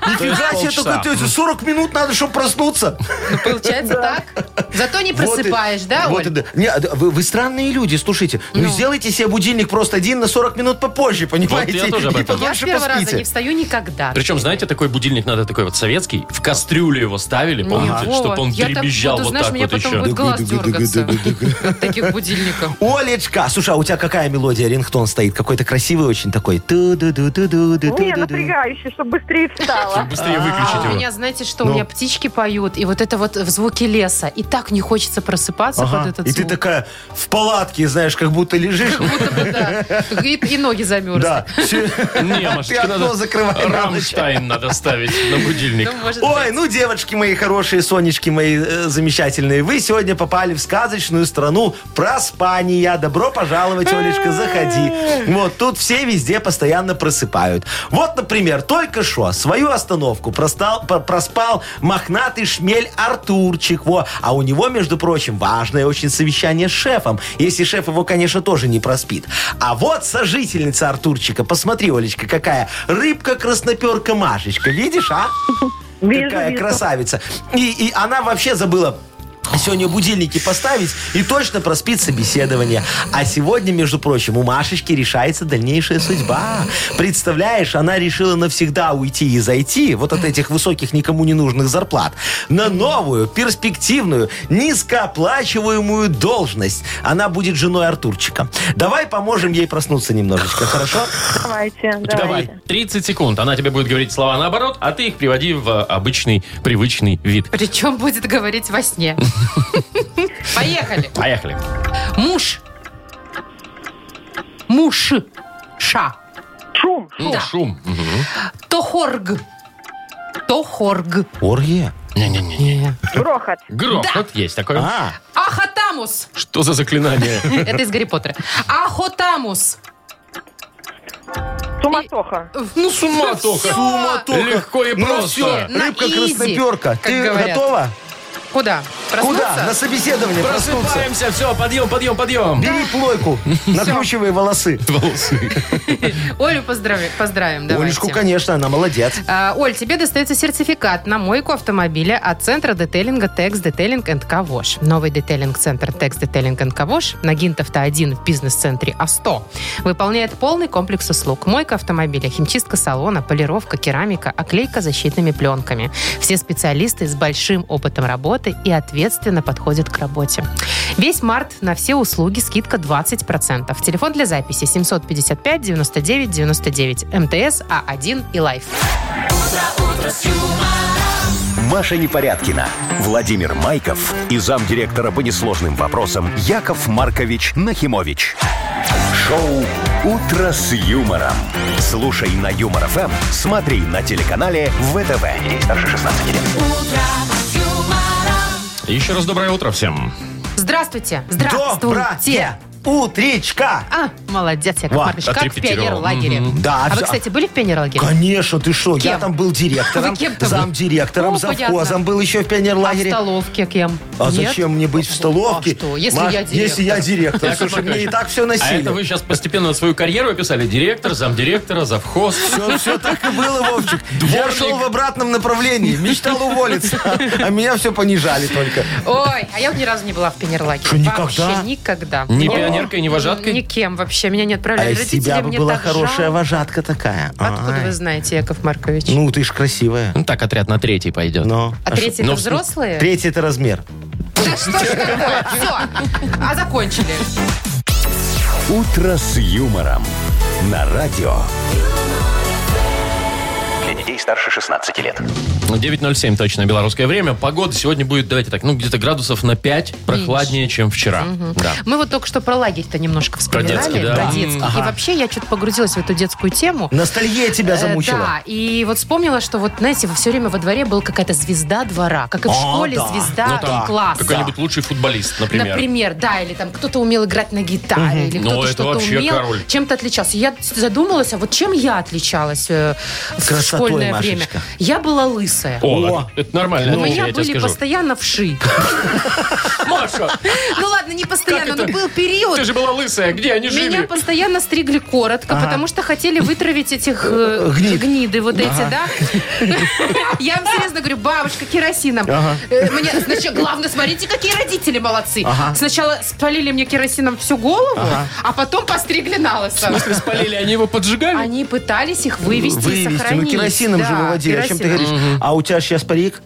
Нифига себе,
полчаса.
только ты- 40 минут надо, чтобы проснуться.
Ну, получается так. Зато не просыпаешь,
Вот и-
да,
вот и
Оль?
да. Не, а, вы, вы странные люди, слушайте. Ну, сделайте себе будильник просто один на 40 минут попозже, понимаете?
я тоже об
И
этом.
Я с
подольше
первого раза не
поспите.
встаю никогда.
Причем, знаете, такой будильник надо такой вот советский. В кастрюлю его ставили,
Не,
помните,
Вова,
чтобы он
я так
дребезжал
буду,
вот
знаешь,
так
меня
вот
потом
еще.
будет глаз дергаться от таких будильников.
Олечка, слушай, а у тебя какая мелодия, рингтон стоит? Какой-то красивый очень такой. Ту-ду-ду-ду-ду-ду-ду-ду.
Не, напрягающе, чтобы быстрее встала.
Быстрее
А у
выключить его.
меня, знаете что, у
Ну.
меня птички поют, и вот это вот в звуке леса. И так не хочется просыпаться
Ага.
под этот
И ты
звук.
такая в палатке, знаешь, как будто лежишь.
Будто бы, да. И, и ноги замерзли.
Да. Всё.
Не,
Ты
Машечка,
окно
надо...
закрывай. на ночь.
Рамштайн надо ставить на будильник.
Ну, может
Ой,
быть.
ну, девочки мои хорошие, сонечки мои э, замечательные, вы сегодня попали в сказочную страну проспания. Добро пожаловать, Олечка, заходи.
Э.
Вот, тут все везде постоянно просыпают. Вот, например, только что свою остановку простал- про- проспал мохнатый шмель Артурчик. Во. А у него, между прочим, важное очень совещание с шефом. Если шеф его, конечно, тоже не проспит. А вот сожительница Артурчика. Посмотри, Олечка, какая рыбка-красноперка Машечка. Видишь, а?
Вижу,
Какая
вижу.
красавица. И, и она вообще забыла сегодня будильники поставить и точно проспит собеседование. А сегодня, между прочим, у Машечки решается дальнейшая судьба. Представляешь, она решила навсегда уйти и зайти вот от этих высоких никому не нужных зарплат на новую, перспективную, низкооплачиваемую должность. Она будет женой Артурчика. Давай поможем ей проснуться немножечко, хорошо?
Давайте,
Давай,
давайте.
30 секунд. Она тебе будет говорить слова наоборот, а ты их приводи в э, обычный, привычный вид.
Причем будет говорить во сне. Поехали.
Поехали.
Муж. Муж. Ша.
Шу. Шум.
Ну,
Да.
шум.
Тохорг. Тохорг.
Оргия?
Не-не-не.
Грохот.
Грохот есть такой.
А,
Ахатамус.
Что за заклинание?
Это из Гарри Поттера. Ахотамус.
Суматоха.
Ну, с ума
Всё.
только. Легко и
Ну
просто.
всё,
На
рыбка
изи,
красноперка.
как
Ты
говорят.
готова?
Куда?
Куда? На
Проснуться?
собеседование проснуться.
Просыпаемся, все, подъем, подъем, подъем.
Бери плойку, накручивай волосы.
Олю поздрави- поздравим. давайте.
Олечку, конечно, она молодец.
А, Оль, тебе достается сертификат на мойку автомобиля от центра детейлинга Текс Детейлинг энд Кавош. Новый детейлинг-центр Текс Детейлинг энд Кавош на Гинтовта 1 в бизнес-центре А100 выполняет полный комплекс услуг. Мойка автомобиля, химчистка салона, полировка, керамика, оклейка защитными пленками. Все специалисты с большим опытом работы и ответственно подходят к работе. Весь март на все услуги скидка 20%. Телефон для записи 755 99 99 МТС А1 и Лайф.
Маша Непорядкина, Владимир Майков и замдиректора по несложным вопросам Яков Маркович Нахимович. Шоу «Утро с юмором». Слушай на Юмор ФМ, смотри на телеканале ВТВ. Здесь старше 16 лет.
Еще раз доброе утро всем.
Здравствуйте. Здравствуйте.
Доброе Утречка.
А, молодец, Яков
Во,
Маркович, как в
отрепетировал.
пионерлагере.
а Мгм.
Да,
а вы,
всё.
кстати, были в пионерлагере?
Конечно, ты что? Я
Кем?
там был директором,
Вы кем там были?
замдиректором,
Ну, понятно.
завхозом был еще в
А в
пионерлагере.
столовке кем?
А
Нет?
зачем мне быть в столовке?
А что, если я директор?
Если я директор.
Яков
Слушай, мне и
Маркович,
так все
А это
носили.
вы сейчас постепенно свою карьеру описали? Директор, замдиректора, завхоз.
Все, так и было, Вовчик. Я
Дворник.
шел в обратном направлении, мечтал уволиться, а меня все понижали только.
Ой, а я вот ни разу не была в пионерлагере.
Что, никогда?
Вообще никогда.
Ни пионеркой, ни вожаткой?
Никем вообще. Меня не
А
отправляли.
из
Родители
тебя бы
мне
была
так
хорошая
жалко.
вожатка такая.
Откуда
Ай.
вы знаете, Яков Маркович?
Ну, ты ж красивая.
Ну так, отряд на третий пойдет.
Но.
а третьи это
ну,
взрослые?
Третий это размер.
Да что ж такое? Все. А закончили.
«Утро с юмором» на радио.
Для детей старше 16 лет.
9.07 точно белорусское время. Погода сегодня будет, давайте так, ну где-то градусов на 5 прохладнее, чем вчера. Да.
Мы вот только что про лагерь-то немножко вспоминали.
детский, да?
Про детский.
М,
И вообще я что-то погрузилась в эту детскую тему.
Ностальгия тебя
Э,
замучила.
Да, и вот вспомнила, что вот, знаете, все время во дворе была какая-то звезда двора, как и в
О,
школе
да.
звезда
А, Ну, там
класса.
Какой-нибудь лучший футболист, например.
Например, да, или там кто-то умел играть на гитаре, или
Ну,
кто-то
это
что-то
вообще
умел,
король.
чем-то отличался. Я задумалась, а вот чем я отличалась э, в
Красотой,
школьное время?
Машечка.
Я была лысая.
О,
О.
это нормально,
У меня
я тебе
Ну, были
скажу.
постоянно вши.
Маша,
Ну ладно, не постоянно,
это?
но был период.
ты же была лысая, где они
Меня
жили?
постоянно стригли коротко, потому что хотели вытравить этих э,
Гнид.
гниды вот эти, да? Я вам серьезно говорю, бабушка, керосином. Э, Мне сначала, главное, смотрите, какие родители молодцы. Сначала спалили мне керосином всю голову, а потом постригли на лысо.
Спалили, они его поджигали?
Они пытались их вывести и
Вывести. Ну,
сохранить.
керосином же
Да,
выводили. О чем ты
керосином.
говоришь? А у тебя сейчас парик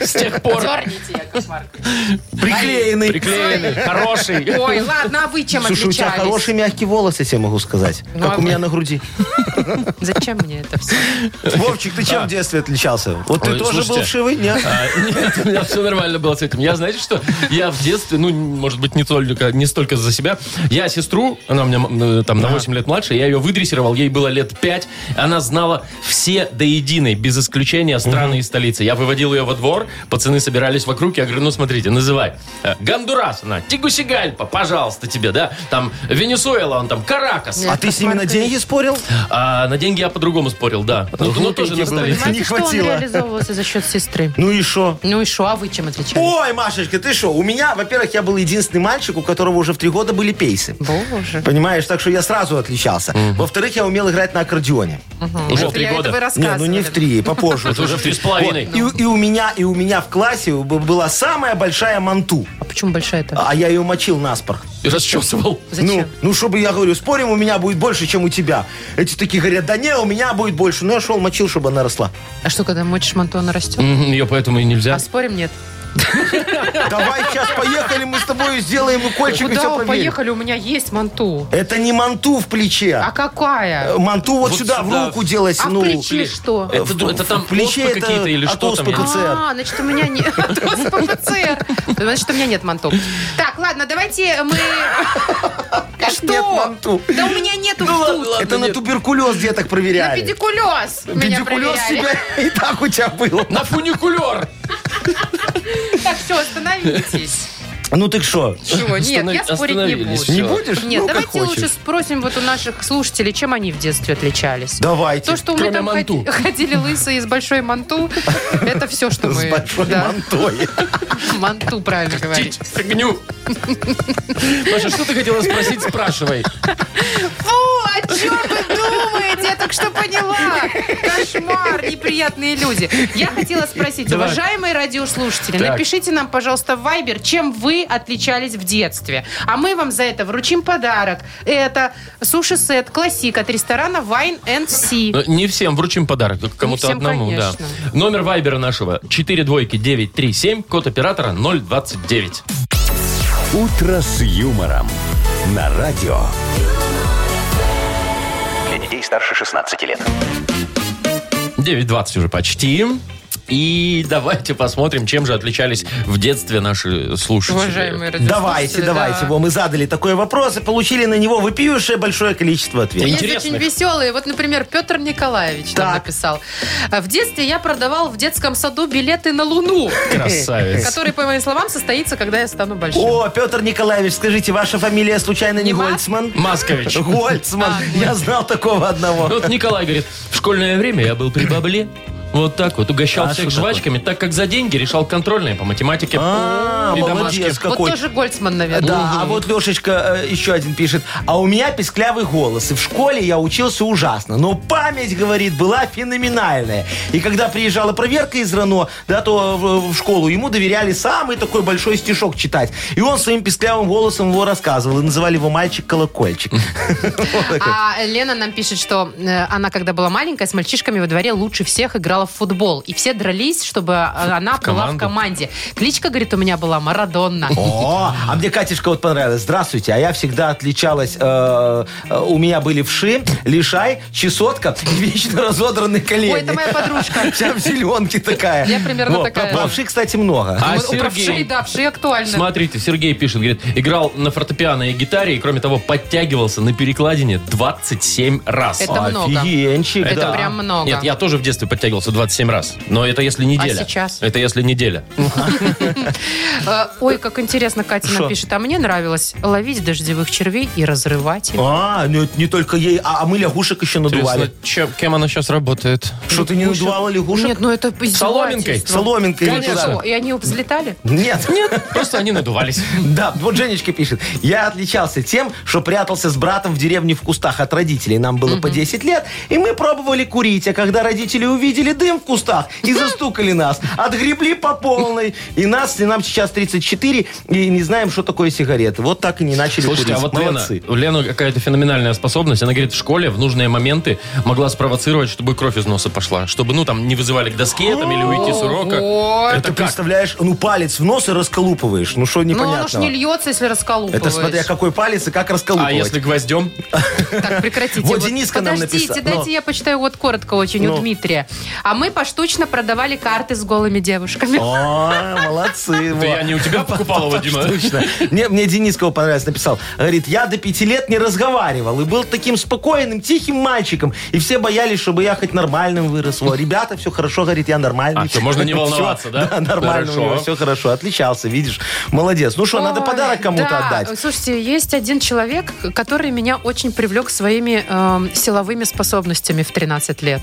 С тех пор
Дерните, Яков Маркович.
приклеенный.
приклеены, хороший.
Ой, ладно, а вы чем
Слушай, у тебя
отличались?
хороший мягкий волос, я тебе могу сказать.
Ну,
Как
а-
у меня на груди.
Зачем мне это все?
Вовчик, ты чем в детстве отличался? Вот ты
А. Ой,
тоже был
слушайте.
вшивый, нет?
А, Нет, у меня все нормально было с этим. Я, знаете что, я в детстве, ну, может быть, не только, не столько за себя. Я сестру, она у меня м, э, там на 8 лет младше, я ее выдрессировал, ей было лет 5. Она знала все до единой, без исключения страны и столицы. Я выводил ее во двор, пацаны собирались вокруг, я говорю, ну, смотрите, называй. Э, Гондурас она, Тигусигальпа, пожалуйста, тебе, да. Там Венесуэла, он там, Каракас.
А ты с ними на деньги спорил?
А на деньги я по-другому спорил, да. Ну,
Глупенький
ну, тоже на
был.
столице.
Не
Понимаете, что он
хватило.
реализовывался за счет сестры?
Ну и что?
Ну и что, а вы чем отличались?
Ой, Машечка, ты что? У меня, во-первых, я был единственный мальчик, у которого уже в три года были пейсы.
Боже.
Понимаешь, так что я сразу отличался. Во-вторых, я умел играть на аккордеоне.
Уже в
Это
три
я- это вы
года.
Не, ну не в три, попозже.
Это уже в три с половиной.
Вот, И, и у меня, и у меня в классе б- была самая большая манту.
А почему большая-то?
А я ее мочил наспор.
И расчесывал.
Ну,
Зачем?
ну, чтобы я говорю, спорим, у меня будет больше, чем у тебя. Эти такие говорят, да не, у меня будет больше. Ну, я шел, мочил, чтобы она росла.
А что, когда мочишь манто, она растет?
Мгм, Ее поэтому и нельзя.
А спорим, нет.
Давай сейчас поехали, мы с тобой сделаем укольчик и
Куда
все
вы
проверим.
поехали? У меня есть манту.
Это не манту в плече.
А какая?
Э, Манту вот,
Вот
сюда,
сюда.
в руку делать.
А в
ну,
плече
Или-
что?
Это,
В-
ду- это
в
там
плече
оспы
это
какие-то или
от
что там?
оспы
я не знаю.
ПЦР.
А, значит, у меня нет. Значит, у меня нет манту. Так, ладно, давайте мы... Что?
Нет, манту.
Да у меня нету
Ну ладно,
ртути.
ладно, Это на туберкулез деток проверяли.
Педикулез. Меня
Педикулез
проверяли.
тебя и так у тебя было.
На фуникулер!
Так, все, остановитесь.
Ну так что?
Чего? Нет, я
Останови-
спорить не
остановились.
буду.
Не
Всё.
будешь?
Нет,
Ну, как
давайте
хочешь.
лучше спросим вот у наших слушателей, чем они в детстве отличались.
Давайте.
То, что мы
Кроме
там
манту.
ходи- ходили лысые с большой манту, это все, что мы...
С большой
да,
мантой.
Манту, правильно говорить.
Тить к огню. Маша, что ты хотела спросить? Спрашивай.
Фу, о чем вы думаете? Я так что поняла. Кошмар, неприятные люди. Я хотела спросить,
Давай.
уважаемые радиослушатели,
Так.
напишите нам, пожалуйста, в Вайбер, чем вы отличались в детстве. А мы вам за это вручим подарок. Это суши-сет классик от ресторана Wine and Sea.
Но Ну, Не всем вручим подарок, только кому-то
всем,
одному.
конечно.
Да. Номер вайбера нашего 4 двойки 937, код оператора 029.
«Утро с юмором» на радио.
Для детей старше 16 лет.
9.20 уже почти. И давайте посмотрим, чем же отличались в детстве наши слушатели.
Уважаемые радиослушатели.
Давайте,
да.
давайте. Во, мы задали такой вопрос и получили на него вопиющее большое количество ответов.
Ин-
Есть
Интересных.
очень веселые. Вот, например, Петр Николаевич там
Так.
написал. «А, В детстве я продавал в детском саду билеты на Луну,
Красавец.
который, по моим словам, состоится, когда я стану большим.
О, Петр Николаевич, скажите, ваша фамилия случайно не
Не Мас-
Гольцман?
Маскович.
Гольцман.
А,
Я знал такого одного.
Ну,
Вот Николай говорит, в школьное время я был при бабле. Вот так вот. Угощал
А
всех
что такое?
жвачками, так как за деньги решал контрольные по математике.
А,
и домашки.
молодец
Вот
какой.
тоже Гольцман, наверное.
Да, а вот Лешечка э, еще один пишет. А у меня песклявый голос, и в школе я учился ужасно. Но память, говорит, была феноменальная. И когда приезжала проверка из РАНО, да, то в, в школу ему доверяли самый такой большой стишок читать. И он своим песклявым голосом его рассказывал. И называли его «Мальчик-колокольчик». Вот такой.
А Лена нам пишет, что э, она, когда была маленькая, с мальчишками во дворе лучше всех играла в футбол. И все дрались, чтобы э, она была в
команду?
команде. Кличка, говорит, у меня была Марадонна.
О, а мне Катюшка вот понравилась. Здравствуйте, а я всегда отличалась. э, э, у меня были вши, лишай, чесотка и вечно разодранные колени.
Ой, это моя подружка.
Вся в зеленке такая.
Я примерно
Вот,
такая
про-
же.
про вши, кстати, много.
А
Вот у правшей,
Сергей?
да, вшей актуально.
Смотрите, Сергей пишет, говорит, играл на фортепиано и гитаре, и кроме того, подтягивался на перекладине 27 раз.
А, Это много.
Офигенчик,
Это
да.
прям много. А
Нет, я тоже в детстве подтягивался 27 раз. Но это если неделя.
сейчас?
Это если неделя.
Э, Ой, как интересно, Катя нам
Шо?
пишет. А мне нравилось ловить дождевых червей и разрывать их.
А, ну это не только ей, а, а мы лягушек еще
Интересно,
надували.
чем- кем она сейчас работает?
Что, ты не надувала лягушек?
Нет, ну это
Соломинкой?
издевательство.
Соломинкой или
Конечно.
туда?
Что, И они взлетали?
Нет. Нет.
Просто они надувались.
Да, вот Женечка пишет. Я отличался тем, что прятался с братом в деревне в кустах от родителей. Нам было по 10 лет, и мы пробовали курить. А когда родители увидели дым в кустах и застукали нас, отгребли по полной. И нас, и нам сейчас 34, и не знаем, что такое сигареты. Вот так и не начали
Слушайте, а
курить.
вот Лена,
Молодцы.
у Лены какая-то феноменальная способность. Она говорит, в школе в нужные моменты могла спровоцировать, чтобы кровь из носа пошла. Чтобы, ну, там, не вызывали к доске там, или уйти с урока. Это
Ты
как?
представляешь, ну палец в нос и расколупываешь. Ну что
Ну, оно ж
непонятно.
не льется, если расколупываешь.
Это смотря какой палец и как расколупывать.
А если гвоздем?
Так, прекратите.
Вот Дениска нам
Подождите,
написала.
дайте
Но.
я почитаю вот коротко очень у
Ну.
Дмитрия. А мы поштучно продавали карты с голыми девушками.
О, молодцы.
Да я не у тебя покупала, Вадима.
Точно. Мне, мне Денискова понравилось, написал. Говорит, я до пяти лет не разговаривал и был таким спокойным, тихим мальчиком. И все боялись, чтобы я хоть нормальным вырос. Во, ребята, все хорошо, говорит, я нормальный.
А, всё, можно не волноваться, да?
Да, нормально у него,
Хорошо.
все хорошо, отличался, видишь. Молодец. Ну что, надо
Ой,
подарок кому-то
да.
отдать.
Слушайте, есть один человек, который меня очень привлек своими эм, силовыми способностями в 13 лет.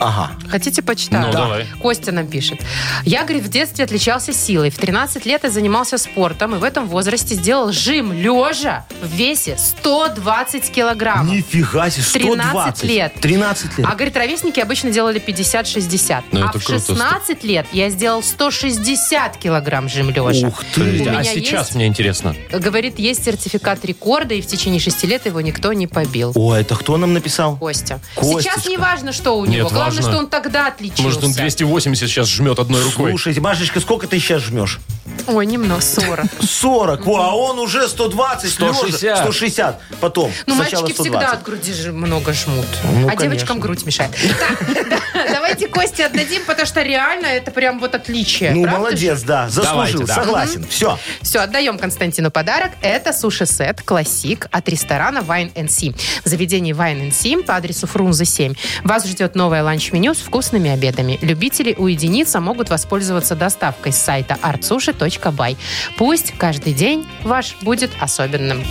Ага.
Хотите почитаю?
Ну, Да. давай.
Костя нам пишет. Я, говорит, в детстве отличался силой. В 13 лет я занимался спортом и в этом возрасте сделал жим лежа в весе 120 килограммов.
Нифига себе, 120.
13 лет.
13 лет.
А, говорит, ровесники обычно делали 50-60.
Ну,
а
это
в
круто.
16 лет я сделал 160 килограмм жим лежа.
Ух ты.
Подождите,
меня
а сейчас
есть-
мне интересно.
Говорит, есть сертификат рекорда, и в течение 6 лет его никто не побил.
О, это кто нам написал?
Костя. Сейчас
Костечка.
не важно, что у
Нет,
него. Главное,
важно.
что он тогда отличился.
Может, он 280 сейчас жмет одной рукой.
Слушайте, Машечка, сколько ты сейчас жмешь?
Ой, немного, 40.
40, во, а он уже 120,
160.
Лёша, 160, потом.
Ну,
сначала
мальчики
120.
всегда от груди ж- много жмут. а
Ну,
девочкам
конечно.
грудь мешает. Так, да, давайте Косте отдадим, потому что реально это прям вот отличие.
Ну,
правда
молодец, да, заслужил,
Давайте, да.
согласен. Все.
Все, отдаем Константину подарок. Это суши-сет «Классик» от ресторана Wine Си. В заведении Wine Си по адресу Фрунзе 7 вас ждет новое ланч-меню с вкусными обедами. Любители уединиться могут воспользоваться доставкой с сайта artsushi.by. Пусть каждый день ваш будет особенным.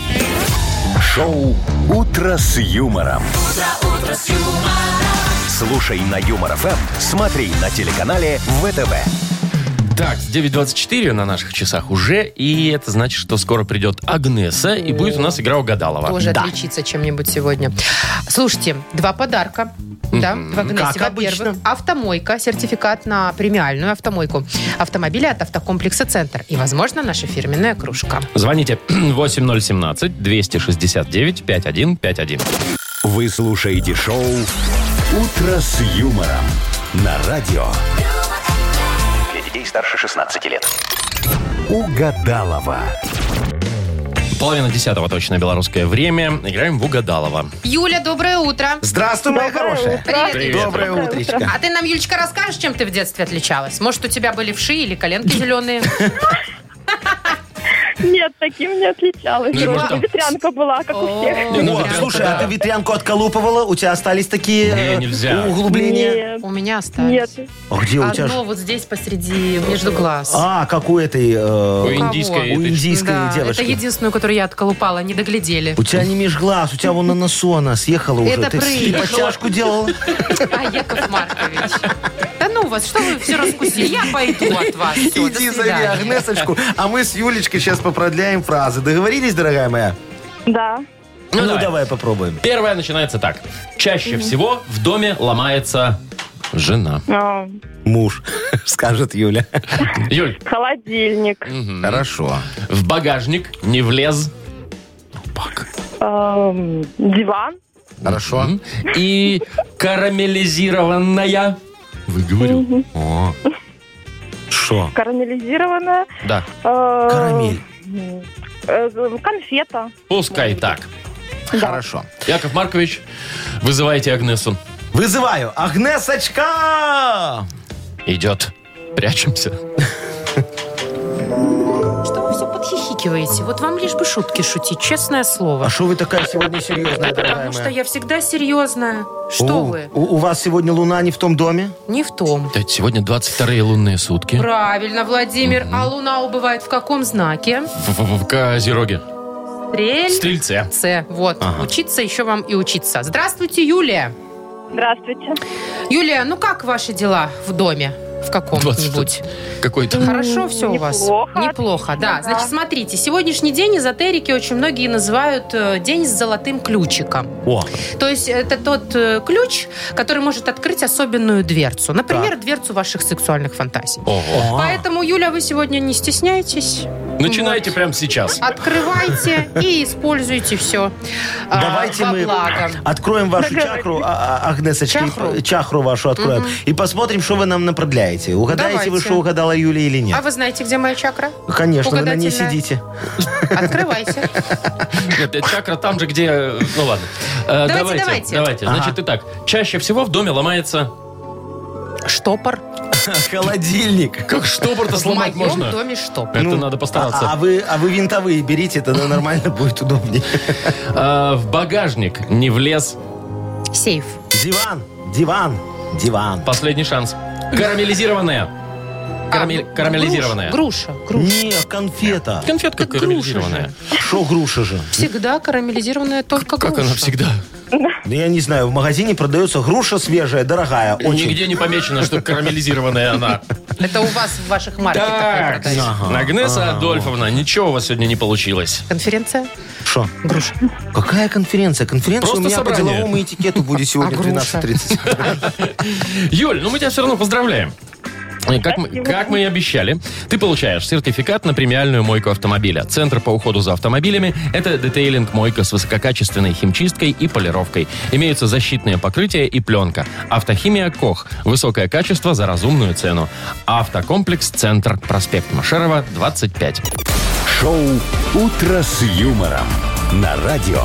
Шоу «Утро с юмором». Слушай на Юмор ФМ, смотри на телеканале ВТВ.
Так, 9.24 на наших часах уже, и это значит, что скоро придет Агнеса, и будет у нас игра угадалова.
Тоже
Да.
отличиться чем-нибудь сегодня. Слушайте, два подарка. Да, в Агнесе.
Как обычно.
Во-первых, автомойка, сертификат на премиальную автомойку. Автомобили от автокомплекса «Центр». И, возможно, наша фирменная кружка.
Звоните 8017-269-5151.
Вы слушаете шоу «Утро с юмором» на радио
Для детей старше 16 лет.
«Угадалова».
Половина десятого точно белорусское время. Играем в угадалово.
Юля, доброе утро.
Здравствуй, моя хорошая.
Привет.
Привет.
Доброе
Доброе утро.
утречко.
А ты нам, Юлечка, расскажешь, чем ты в детстве отличалась? Может, у тебя были вши или коленки зеленые?
Нет, таким не отличалась.
Ну, и может,
Просто
там-
Ветрянка была, как у
О,
всех.
О,
Ну, ветрянка,
слушай,
да.
а ты ветрянку отколупывала? У тебя остались такие
Не,
э,
нельзя.
углубления?
Нет,
У меня осталось.
нет.
А где у тебя? ж-
Одно вот здесь посреди, между глаз.
А, как у этой... э,
У
У
индийской этой-
индийской
Да,
девушки.
это единственную, которую я отколупала, не доглядели.
У тебя не межглаз, у тебя вон на носу она съехала уже.
Это
ты, ты
прыщ.
подтяжку делала?
А, Яков Маркович. Да ну вас, что вы все раскусили? Я пойду от вас. Всё, до
Иди зови
свидания.
Агнесочку, а мы с Юлечкой сейчас попродляем фразы. Договорились, дорогая моя?
Да.
Ну,
Ну,
давай.
давай попробуем.
Первое начинается так. Чаще всего в доме ломается жена.
А,
Муж, скажет Юля.
Юль,
Холодильник.
Хорошо.
в багажник не влез.
эм, Диван.
Хорошо.
М. И карамелизированная. Выговорил. О,
Что?
Карамелизированная.
да.
э,
Карамель.
э, Конфета.
Пускай так.
Хорошо.
Яков Маркович, вызывайте Агнесу.
Вызываю. Агнесочка!
Идет. Прячемся.
Что вы все подхихикиваете? Вот вам лишь бы шутки шутить, честное
А
слово.
что вы такая сегодня серьезная, дорогая
Потому что
моя?
я всегда серьезная. Что
У-
вы?
У у вас сегодня луна не в том доме?
Не в том.
Да, Сегодня 22-е лунные сутки.
Правильно, Владимир. А луна убывает в каком знаке?
В, в- в Козероге.
Стрельце.
Стрельце.
Вот. Учиться еще вам и учиться. Здравствуйте, Юлия.
Здравствуйте.
Юлия, ну как ваши дела в доме? В каком-нибудь?
Какой-то.
Хорошо все у вас?
Неплохо.
Неплохо, да.
Ага.
Значит, смотрите, сегодняшний день эзотерики очень многие называют э, день с золотым ключиком.
О,
То есть это тот э, ключ, который может открыть особенную дверцу. Например, дверцу ваших сексуальных фантазий.
Ого.
Поэтому, Юля, вы сегодня не стесняйтесь,
Начинайте прямо сейчас.
А. открывайте и используйте все
А,
а,
Давайте мы
благо.
откроем вашу
Договорились.
чакру, а- а- Агнесочка, и
Чахру?
по- чахру вашу откроем, и посмотрим, что вы нам напродляете. Угадаете вы,
Давайте.
что угадала Юля или
А
нет?
вы знаете, где моя чакра?
Конечно, вы на ней
Угадательная.
сидите.
Открывайте.
Нет, это чакра там же, где... э, Ну ладно. Э,
Давайте,
Давайте,
давайте.
давайте.
Ага.
Значит, итак. Чаще всего в доме ломается...
Штопор.
Холодильник.
Как штопор-то
В
сломать
моем
можно?
доме штопор.
Это надо
А, а
постараться.
вы, а вы винтовые берите, тогда нормально будет удобнее.
А, В багажник не влез.
Сейф.
Диван, диван, диван.
Последний шанс. Карамелизированная. Карамель-
А,
карамелизированная.
Груша. груша, груша.
Не, конфета.
Конфетка
Так груша
карамелизированная.
же.
Что груша же?
Всегда карамелизированная только груша.
Как она всегда.
Ну, я не знаю, в магазине продается груша свежая, дорогая, очень.
Нигде не помечено, что карамелизированная она.
Это у вас в ваших маркетах не
Так,
продается.
Агнеса Адольфовна, ничего у вас сегодня не получилось.
Конференция?
Шо?
Груша.
Какая конференция? Конференция
Просто
у меня
собрание.
по деловому этикету будет сегодня
А
в
груша?
12.30.
Юль, ну мы тебя все равно поздравляем. И Как мы, как мы и обещали, ты получаешь сертификат на премиальную мойку автомобиля. Центр по уходу за автомобилями – это детейлинг-мойка с высококачественной химчисткой и полировкой. Имеются защитные покрытия и пленка. Автохимия «Кох» – высокое качество за разумную цену. Автокомплекс «Центр», проспект Машерова, 25.
Шоу «Утро с юмором» на радио.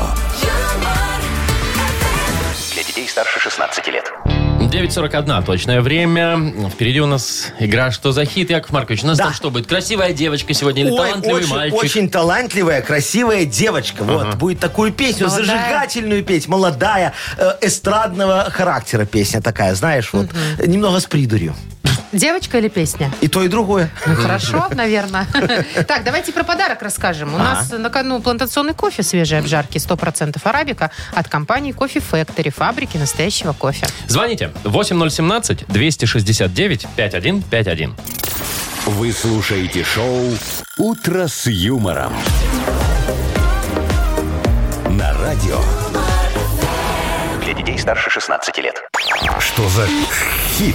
Для детей старше 16 лет.
9.41 точное время. Впереди у нас игра «Что за хит?» Яков Маркович, у нас
Да.
там что будет? Красивая девочка сегодня или
Ой,
талантливый
очень,
мальчик?
очень талантливая, красивая девочка. Вот, будет такую песню,
Молодая.
зажигательную петь, молодая, э, эстрадного характера песня такая, знаешь, вот, немного с придурью.
Девочка или песня?
И то, и другое.
Ну, хорошо, наверное. Так, давайте про подарок расскажем. У нас на кону плантационный кофе свежей обжарки 100% арабика от компании Кофе Factory, фабрики настоящего кофе.
Звоните 8017-269-5151.
Вы слушаете шоу «Утро с юмором». На радио.
Для детей старше 16 лет.
Что за хит?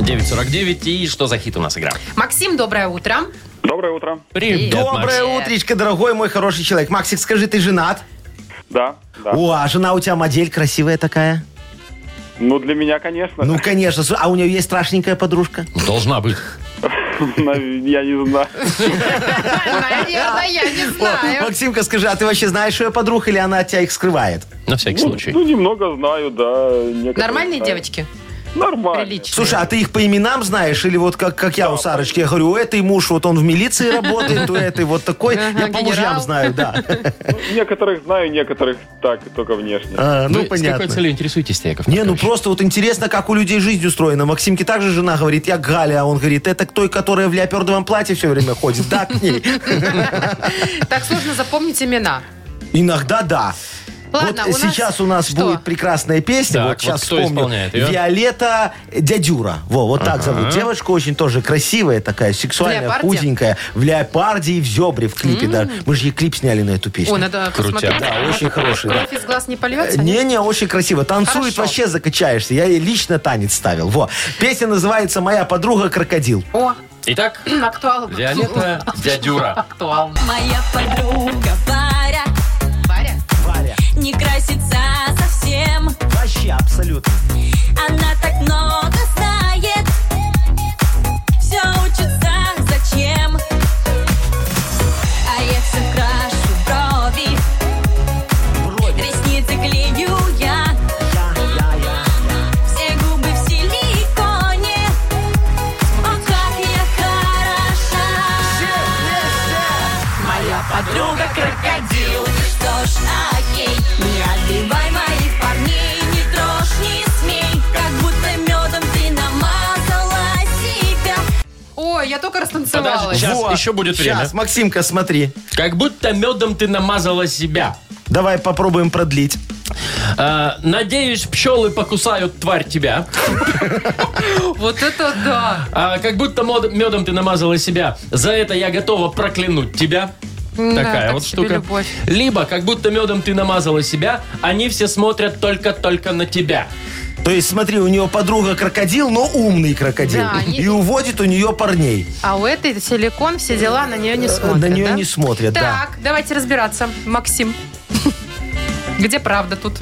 9.49. И что за хит у нас игра?
Максим, доброе утро.
Доброе утро.
Привет,
Доброе
Макс.
утречко, дорогой мой хороший человек. Максик, скажи, ты женат?
Да, да.
О, а жена у тебя модель красивая такая?
Ну, для меня, конечно.
Ну, конечно. Слу- А у нее есть страшненькая подружка?
Должна быть.
Я не знаю.
Наверное, я не
О,
знаю.
Максимка, скажи, а ты вообще знаешь ее подруг или она от тебя их скрывает?
На всякий случай.
Ну, немного знаю, да. некоторые
Нормальные
знаю.
девочки?
Нормально.
Приличные.
Слушай, а ты их по именам знаешь? Или вот как, как я у Сарочки, я говорю, у этой муж, вот он в милиции работает, у этой вот такой.
Ага,
Я по мужьям
генерал.
знаю, да.
Некоторых знаю, некоторых так, только внешне.
А, Ну,
Вы С какой
понятно.
целью интересуетесь, Яков
Не, ну
Маркович?
просто вот интересно, как у людей жизнь устроена. Максимке также жена говорит, я Галя, а он говорит, это к той, которая в ляпердовом платье все время ходит. Да, к ней.
Так сложно запомнить имена.
Иногда да.
Ладно,
вот
у нас
сейчас у нас
что?
будет прекрасная песня.
Так,
вот сейчас
вот кто
вспомню.
исполняет её?
Виолетта Дядюра. Во, вот так зовут. Девочка очень тоже красивая такая, сексуальная,
леопарде?
худенькая. В леопарде и в зебре в клипе даже. Мы же ей клип сняли на эту песню.
О, надо посмотреть.
Да, очень хороший. да. Э,
Кровь из глаз не польется? нет?
Не-не, очень красиво. Танцует,
Хорошо.
вообще закачаешься. Я ей лично танец ставил. Во. Песня называется «Моя подруга крокодил».
О,
Итак,
актуал.
э,
Виолетта Дядюра.
Актуал.
Моя подруга Варя
Варя.
Варя,
не красится совсем.
вообще абсолютно.
Она так много знает. Все учится зачем? А я все крашу брови. Ресницы клею я. Все губы в силиконе. О, как я хороша. Моя подруга крокодил. Что ж, окей, не отбивай моих парней, не трожь, не смей. Как будто медом ты намазала себя.
Ой, я только
Подожди,
растанцевалась.
щас. Сейчас еще будет
Сейчас,
время.
Максимка, смотри.
Как будто медом ты намазала себя.
Давай попробуем продлить.
А, надеюсь, пчелы покусают тварь тебя.
Вот это да.
А, как будто мод- медом ты намазала себя. За это я готова проклянуть тебя.
Да,
Такая
так
вот
себе
штука.
любовь.
Либо как будто медом ты намазала себя, они все смотрят только-только на тебя.
То есть, смотри, у нее подруга крокодил, но умный крокодил.
Да, они-
И уводит у нее парней.
А у этой силикон, все дела на нее не
Э,
смотрят.
на нее
да?
не смотрят, да.
Так, давайте разбираться. Максим. Где правда тут?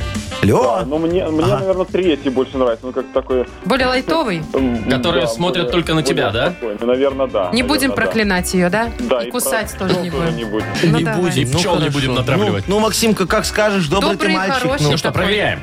Алло.
Ну, мне, мне
Ага.
наверное, третий больше нравится. Ну, как такое...
Более лайтовый?
м,
Которые
да,
смотрят
более-
только на
более
тебя, да?
спокойно. Наверное, да.
Не
наверное,
будем
да.
проклинать ее, да?
Да,
И
про-
кусать тоже не будем.
будем.
Ну,
не
давай.
будем.
И пчел не будем натравливать.
Ну, ну, Максимка, как скажешь, добрый,
Добрый,
ты мальчик.
хороший.
Ну что, проверяем.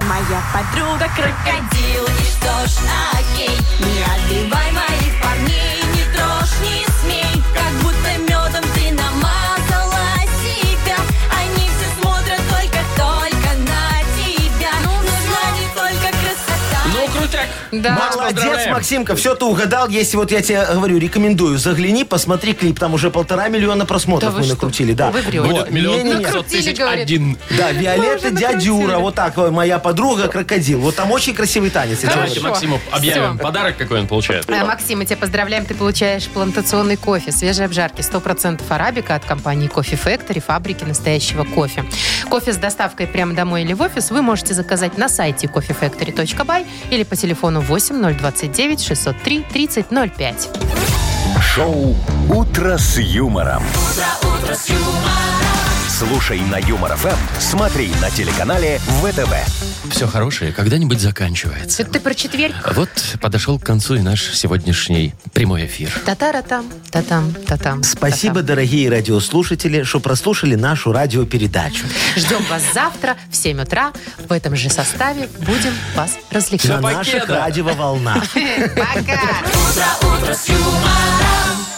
Моя подруга крокодил, и что ж, окей, не отбивай моих парней, не трожь, не смей, как будто медом ты намазала себя, они все смотрят только-только на тебя, нужна не только красота.
Ну, крутяк.
Да.
Макс,
Молодец,
поздравляем.
Максимка, все ты угадал. Если вот я тебе говорю, рекомендую, загляни, посмотри клип, там уже полтора миллиона просмотров
Да вы
мы
что?
накрутили, да.
Вы врете.
Будет
Вот,
миллион
не-не-не.
пятьсот тысяч
Накрутили, говорит.
один.
Да, Виолетта Дядюра, вот так, э, моя подруга крокодил. Вот там очень красивый танец. я тебе
Давайте
говорю.
Максиму объявим подарок, какой он получает.
Э, Максим, мы тебя поздравляем. Ты получаешь плантационный кофе свежей обжарки 100% арабика от компании Кофе Factory, фабрики настоящего кофе. Кофе с доставкой прямо домой или в офис вы можете заказать на сайте coffeefactory.by или по телефону 8029 603 3005.
Шоу «Утро с юмором». Слушай на Юмор ФМ, смотри на телеканале ВТВ.
Все хорошее когда-нибудь заканчивается.
Это ты про четверг?
Вот подошел к концу и наш сегодняшний прямой эфир.
Татара-там, татам, татам.
Спасибо, дорогие радиослушатели, что прослушали нашу радиопередачу.
татам. Ждем вас завтра в 7 утра. В этом же составе будем вас развлекать.
На наших радиоволнах.
Пока!
утро, утро с юмором.